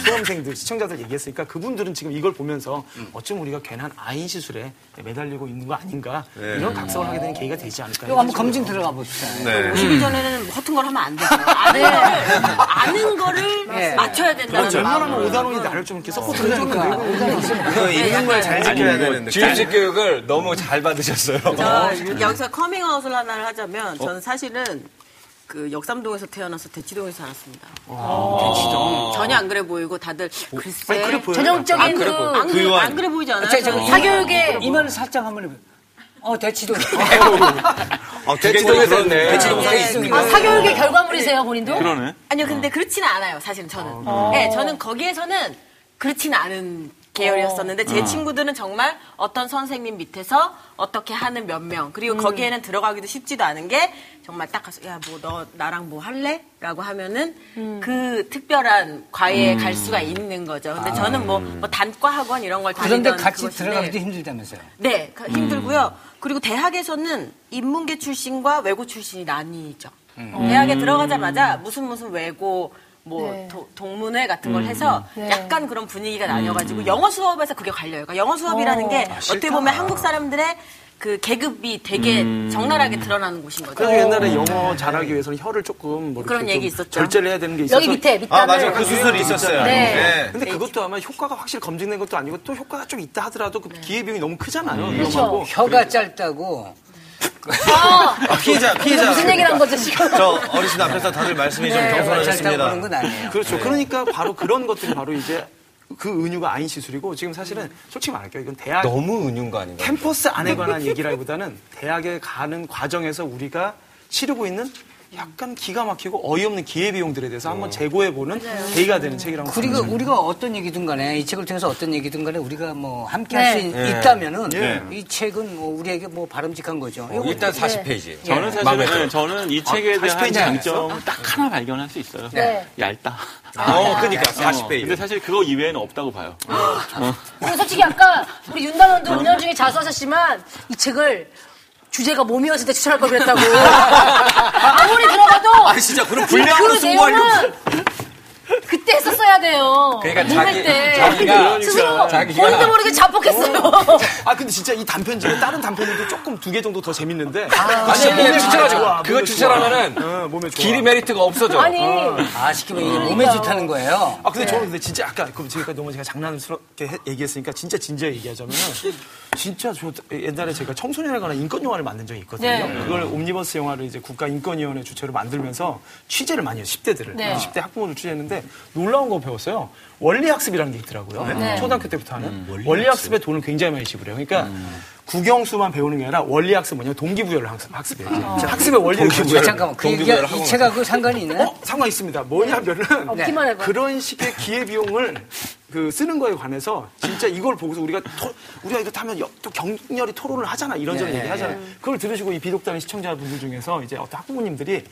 S9: 수험생들, 시청자들 얘기했으니까 그분들은 지금 이걸 보면서 어쩜 우리가 괜한 아인 시술에 매달리고 있는 거 아닌가 이런 각성을 하게 되는 계기가 되지 않을까.
S4: 이거 한번 검증
S9: 그렇죠.
S4: 들어가 봅시다.
S3: 네.
S5: 50일 전에는 허튼 걸 하면 안 되죠. 아는 거를, 아는 거를 맞춰야 된다는
S9: 웬만하면
S5: 마음으로.
S9: 오단원이 나를 좀 이렇게 서포트를 해주는
S3: 네, 이거 있는 걸 잘
S5: 네,
S3: 뭐 지켜야 되는데. 주입식 교육을 너무 잘 받으셨어요. 어?
S5: 저 여기서 커밍아웃을 하나를 하자면 저는 사실은 그 역삼동에서 태어나서 대치동에서 살았습니다.
S3: 아.
S5: 대치동 전혀 안 그래 보이고 다들
S3: 어?
S5: 글쎄
S2: 전형적인 그,
S5: 안,
S3: 그
S5: 그래,
S3: 의원.
S5: 안 그래 보이지 않아요?
S4: 자, 저기
S5: 저는?
S2: 사교육의 아,
S4: 이마를 살짝 한번 해봐요. 어, 대치도.
S3: 아, 대치동에서 네 대치동상이
S5: 네,
S3: 있습니다.
S2: 아, 사교육의 결과물이세요 본인도?
S6: 그러네.
S5: 아니요,
S4: 어.
S5: 근데 그렇지는 않아요, 사실은 저는. 네, 저는 거기에서는 그렇지는 않은 계열이었었는데
S4: 어.
S5: 제 친구들은 정말 어떤 선생님 밑에서 어떻게 하는 몇 명. 그리고
S4: 음.
S5: 거기에는 들어가기도 쉽지도 않은 게 정말 딱 가서 야, 뭐 너 나랑 뭐 할래? 라고 하면은
S4: 음.
S5: 그 특별한 과외에 갈 수가 있는 거죠. 근데 저는 뭐, 뭐 단과 학원 이런 걸 다니던
S4: 아. 그런데 같이
S5: 그것인데
S4: 들어가기도 힘들다면서요.
S5: 네, 가- 힘들고요. 그리고 대학에서는 인문계 출신과 외고 출신이 나뉘죠. 어, 대학에 들어가자마자 무슨 무슨 외고 뭐
S2: 네.
S5: 도- 동문회 같은 걸 해서
S2: 네.
S5: 약간 그런 분위기가 나뉘어가지고 영어 수업에서 그게 갈려요. 그러니까 영어 수업이라는 게 어떻게 보면 한국 사람들의 그 계급이 되게 적나라하게 드러나는 곳인 거죠.
S9: 그래서 옛날에 영어 잘하기 위해서는 혀를 조금 뭐 이렇게
S5: 그런
S9: 좀
S5: 얘기 있었죠.
S9: 절제를 해야 되는 게 있어서
S2: 여기 밑에 밑단을
S3: 아, 맞아요. 그 수술이 있었어요.
S2: 네.
S3: 네.
S9: 근데 그것도 아마 효과가 확실히 검증된 것도 아니고 또 효과가 좀 있다 하더라도
S5: 네.
S9: 그 기회비용이 너무 크잖아요. 위험하고.
S4: 혀가 짧다고.
S3: 아, 피해자, 피해자.
S2: 네. 무슨 네. 얘기를 한 거죠 지금?
S3: 저 어르신 앞에서 다들 말씀이 좀
S4: 혀가 짧다고 그런
S3: 겸손하셨습니다.
S4: 건 아니에요.
S9: 그렇죠. 그러니까 바로 그런 것들이 바로 이제 그 은유가 아닌 시술이고 지금 사실은 솔직히 말할게요. 이건 대학
S3: 너무 은유인 거 아닌가?
S9: 캠퍼스 안에 관한 얘기라기보다는 대학에 가는 과정에서 우리가 치르고 있는 약간 기가 막히고 어이없는 기회비용들에 대해서 한번 재고해보는 계기가 되는 책이라고
S4: 그리고
S9: 생각합니다.
S4: 우리가 어떤 얘기든 간에 이 책을 통해서 어떤 얘기든 간에 우리가 뭐 함께 할 수
S3: 네.
S4: 있다면은
S3: 네.
S4: 이 책은 뭐 우리에게 뭐 바람직한 거죠. 이거
S3: 일단
S2: 네.
S3: 40페이지.
S6: 저는
S3: 마음에 들어요.
S6: 사실은 저는 이 책에 대한
S3: 40페이지
S6: 장점 딱 하나 발견할 수 있어요.
S2: 네.
S6: 얇다.
S3: 어, 그니까,
S6: 어, 근데
S3: 40페이지.
S6: 사실 그거 이외에는 없다고 봐요.
S2: 그리고 솔직히 아까 우리 윤단원도 운영 중에 자수하셨지만 이 책을 주제가 몸이었을 때 추천할 걸 그랬다고 아무리 들어가도
S3: 아니, 진짜, 그럼 분량으로
S2: 그
S3: 승부하려고.
S2: 내용은 그때 썼어야 돼요
S3: 그러니까
S2: 몸할
S3: 자기-
S2: 때
S3: 자기가-
S2: 스스로
S3: 자기가-
S2: 본인도 모르게 자폭했어요
S9: 아 근데 진짜 이 단편 중에 다른 단편들도 조금 두 개 정도 더 재밌는데
S3: 아니, 몸에 추천하죠.
S9: 좋아,
S3: 그거
S9: 몸에
S3: 추천하면은
S9: 어, 몸에 좋아.
S3: 길이 메리트가 없어져.
S2: 아니
S4: 아쉽게만 이게 몸에 좋다는 거예요.
S9: 아 근데
S2: 네.
S9: 저는 근데 진짜 아까 그 제가 너무 제가 장난스럽게 해- 얘기했으니까 진짜 진지하게 얘기하자면 진짜 저 옛날에 제가 청소년에 관한 인권 영화를 만든 적이 있거든요.
S2: 네.
S9: 그걸 옴니버스 영화를 이제 국가 인권위원회 주체로 만들면서 취재를 많이 해요. 10대들을
S2: 네.
S9: 10대 학부모들 취재했는데 놀라운 거 배웠어요. 원리 학습이라는 게 있더라고요.
S2: 네.
S9: 초등학교 때부터 하는 원리 학습에 돈을 굉장히 많이 지불해요. 그러니까 국영수만 배우는 게 아니라 원리 학습 뭐냐 동기부여를 학습 학습해요. 이제 학습의 원리를
S4: 아, 잠깐만 그 얘기가
S3: 동기부여를
S4: 이
S3: 하고
S4: 책하고 상관이 있나요?
S9: 어, 상관 있습니다. 뭐냐면은
S2: 없기만 해봐.
S9: 그런 식의 기회 비용을 그 쓰는 거에 관해서 진짜 이걸 보고서 우리가 토- 우리가 이거 하면 여- 또 격렬히 토론을 하잖아 이런저런
S4: 예,
S2: 네.
S9: 얘기하잖아. 요 그걸 들으시고 이 비독단의 시청자분들 중에서 이제 어떤 학부모님들이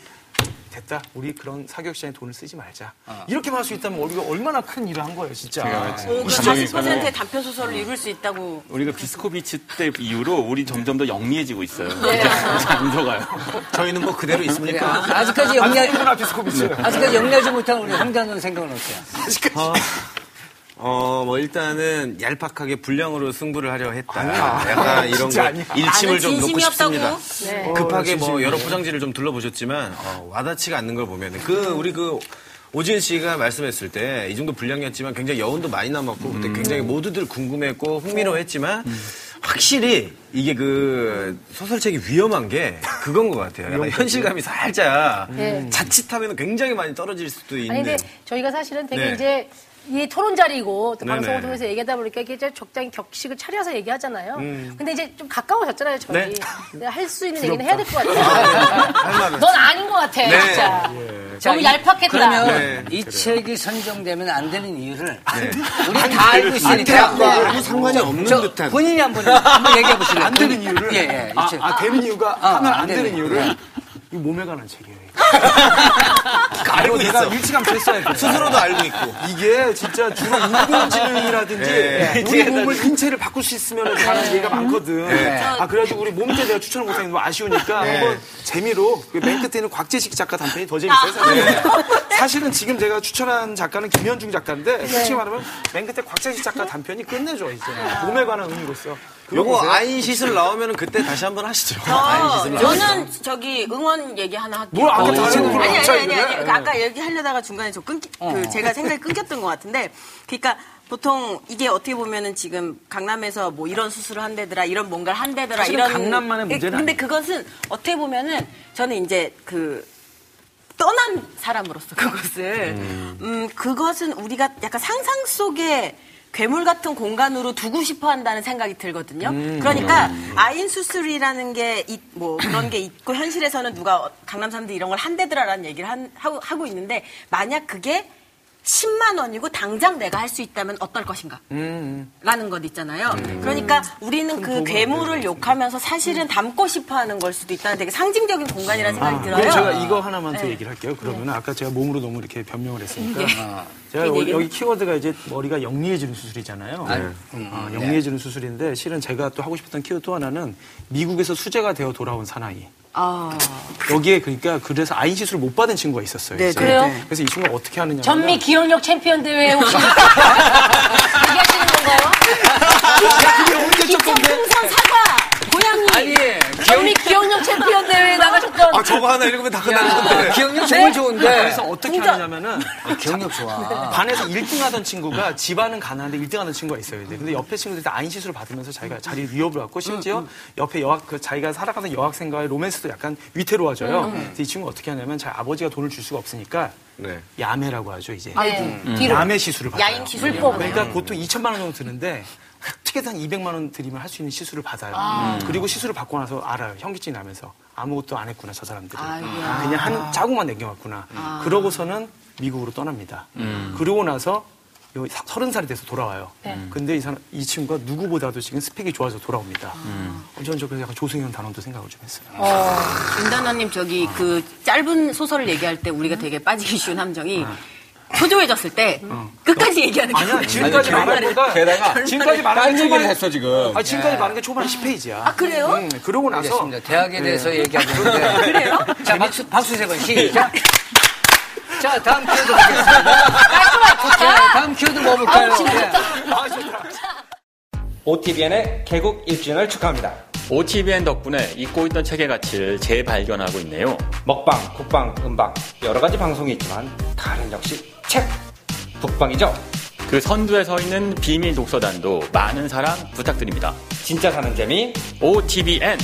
S9: 됐다. 우리 그런 사교육 시장에 돈을 쓰지 말자. 이렇게만 할 수 있다면 우리가 얼마나 큰 일을 한 거예요, 진짜.
S5: 그 40%의 단편 소설을 읽을 수 있다고
S6: 우리가 디스코비치 때 이후로 우리 점점 더 영리해지고 있어요. 잘안 들어가요.
S3: 저희는 뭐 그대로
S4: 그래,
S3: 있습니까?
S4: 아, 직까지 영리하지,
S9: 비스코비스.
S4: 아직까지 영리하지 못한 우리 황자는 생각은 어때요?
S3: 어, 뭐 일단은 얄팍하게 불량으로 승부를 하려 했다. 약간 이런 거 일침을
S5: 나는
S3: 좀 놓고
S5: 진심이 없다고. 네.
S3: 싶습니다. 급하게 뭐 여러 포장지를 좀 둘러보셨지만 어, 와닿지가 않는 걸 보면 그 우리 그 오지은 씨가 말씀했을 때 이 정도 분량이었지만 굉장히 여운도 많이 남았고
S9: 음.
S3: 그때 굉장히 모두들 궁금했고 흥미로워했지만 확실히 이게 그 소설책이 위험한 게 그건 것 같아요. 약간 현실감이 살짝
S2: 예.
S3: 자칫하면 굉장히 많이 떨어질 수도 있는.
S2: 아니 근데 저희가 사실은 되게
S3: 네.
S2: 이제 이 토론 자리고 또
S3: 네네.
S2: 방송을 통해서 얘기하다 보니까 이게 이제 적당히 격식을 차려서 얘기하잖아요.
S3: 음.
S2: 근데 이제 좀 가까워졌잖아요, 저희.
S3: 네.
S2: 네, 할 수 있는 얘기는 해야 될 것 같아요. 넌 아닌 것 같아,
S3: 네.
S2: 진짜. 너무
S4: 이-
S2: 얄팍했다.
S4: 그러면
S3: 네.
S4: 이 책이 선정되면 안 되는 이유를 우리 다 알고 있으니까
S12: 대학과 아무 상관이 없는
S4: 저
S12: 듯한.
S4: 본인이 한번 한번 얘기해 보실래요? 안 되는 이유를? 예, 예. 이
S9: 아,
S4: 책.
S9: 아, 되는 이유가
S4: 아,
S9: 하면 안
S4: 안 되는
S3: 네.
S9: 되는
S4: 이유를.
S9: 이유를 이 몸에 관한 책이에요.
S3: 알고
S9: 내가
S3: 있어.
S9: 일찌감치 했어야 돼.
S3: 스스로도 알고 있고.
S9: 이게 진짜 주로 인공지능이라든지
S3: 예.
S9: 우리 몸을 인체를 바꿀 수 있으면 하는 얘기가 많거든. 아 그래가지고 우리 몸에 내가 추천을 못하는 거뭐 아쉬우니까 한번 재미로 그맨 끝에 있는 곽재식 작가 단편이 더 재밌어요. 사실. 사실은 지금 제가 추천한 작가는 김현중 작가인데 솔직히 말하면 맨 끝에 곽재식 작가 단편이 끝내줘 이제 몸에 관한 의미로서.
S3: 요거 아인시슬 나오면 그때 다시 한번 하시죠. 아인시슬 나오면.
S5: 저는 저기 응원 얘기 하나 할게요.
S9: 뭘 아까 다른
S5: 아니
S9: 걸로 어.
S5: 아니
S9: 갑자기
S5: 아니
S9: 그래?
S5: 아니. 그러니까 아까 얘기하려다가 중간에 저 끊기 그 제가 생각이 끊겼던 것 같은데 그러니까 보통 이게 어떻게 보면은 지금 강남에서 뭐 이런 수술을 한대더라 이런 뭔가를 한대더라
S9: 사실은
S5: 이런
S9: 강남만의 문제는
S5: 근데 그것은 어떻게 보면은 저는 이제 그 떠난 사람으로서 그것을 음, 그것은 우리가 약간 상상 속에 괴물 같은 공간으로 두고 싶어 한다는 생각이 들거든요. 그러니까 아인 수술이라는 게 뭐 그런 게 있고 현실에서는 누가 강남 사람들 이런 걸 한대더라라는 얘기를 한- 하고, 하고 있는데 만약 그게 10만 원이고 당장 내가 할 수 있다면 어떨 것인가? 라는 것 있잖아요. 그러니까 우리는 음. 그 괴물을 욕하면서 사실은 담고 싶어 하는 걸 수도 있다는 되게 상징적인 공간이라는 생각이 들어요.
S9: 그럼 네, 제가 이거 하나만 더 얘기를 할게요. 그러면 아까 제가 몸으로 너무 이렇게 변명을 했으니까 아, 제가
S5: 그
S9: 여기,
S5: 얘기는-
S9: 여기 키워드가 이제 머리가 영리해지는 수술이잖아요. 아, 영리해지는 수술인데 실은 제가 또 하고 싶었던 키워드 또 하나는 미국에서 수제가 되어 돌아온 사나이.
S5: 아.
S9: 여기에 그러니까 그래서 아인 시술을 못 받은 친구가 있었어요.
S5: 네,
S9: 이제.
S2: 그래요?
S9: 그래서 이 친구가 어떻게 하느냐.
S2: 전미 기억력 챔피언 대회 혹시 얘기하시는 건가요?
S5: 기초 풍선 사과 고양이
S2: 전미 기억력 챔피언 대회 나가셨던
S3: 아, 저거 하나 읽으면 다 끝나는 건데.
S4: 기억력 정말 좋은데.
S9: 그래서 어떻게 하느냐면은
S4: 아, 기억력 좋아.
S9: 반에서 1등 하던 친구가 집안은 가난한데 1등 하던 친구가 있어요. 이제. 근데 옆에 친구들이 다 아인 시술을 받으면서 자기가 자리 위협을 받고
S4: 음,
S9: 심지어 옆에 여학, 그 자기가 살아가는 여학생과의 로맨스도 약간 위태로워져요. 그래서 이 친구가 어떻게 하냐면 자기 아버지가 돈을 줄 수가 없으니까
S3: 네.
S9: 야매라고 하죠, 이제.
S2: 아, 뒤로
S9: 야매 시술을 받아요.
S5: 야인 기술
S9: 그러니까 보통 2천만 원 정도 드는데 어떻게든 한 200만 원 드리면 할 수 있는 시술을 받아요. 음. 그리고 시술을 받고 나서 알아요. 현기증이 나면서 아무것도 안 했구나 저 사람들이. 아, 그냥 한 자국만 남겨왔구나. 그러고서는 미국으로 떠납니다. 그러고 나서 요 사- 서른 살이 돼서 돌아와요. 근데 이 사람 이 친구가 누구보다도 지금 스펙이 좋아서 돌아옵니다. 어, 저는 저 그래서 약간 조승현 단원도 생각을 좀 했어요.
S5: 윤단원님 저기 그 짧은 소설을 얘기할 때
S9: 음.
S5: 우리가 되게 빠지기 쉬운 함정이 초조해졌을 때 끝까지 얘기하는 게
S9: 음. 아니야 지금까지 말한 거가
S12: 게다가
S9: 지금까지 말한 게
S12: 딴 얘기를
S9: 초반에
S12: 했어 지금.
S9: 아 지금까지 말한 게 초반에 10페이지야.
S5: 아, 그래요?
S9: 음. 그러고 나서
S4: 알겠습니다. 대학에 대해서 얘기하고 있는데. 그래요? 자, 박수, 박수 세번 시작. 자, 다음 키워드 보겠습니다. 자, 다음 키워드 뭐 볼까요?
S8: OTBN의 개국 1주년을 축하합니다.
S6: OTBN 덕분에 잊고 있던 책의 가치를 재발견하고 있네요.
S8: 먹방, 국방, 음방 여러 가지 방송이 있지만 다른 역시 책 북방이죠.
S6: 그 선두에 서 있는 비밀 독서단도 많은 사랑 부탁드립니다.
S8: 진짜 사는 재미
S6: OTBN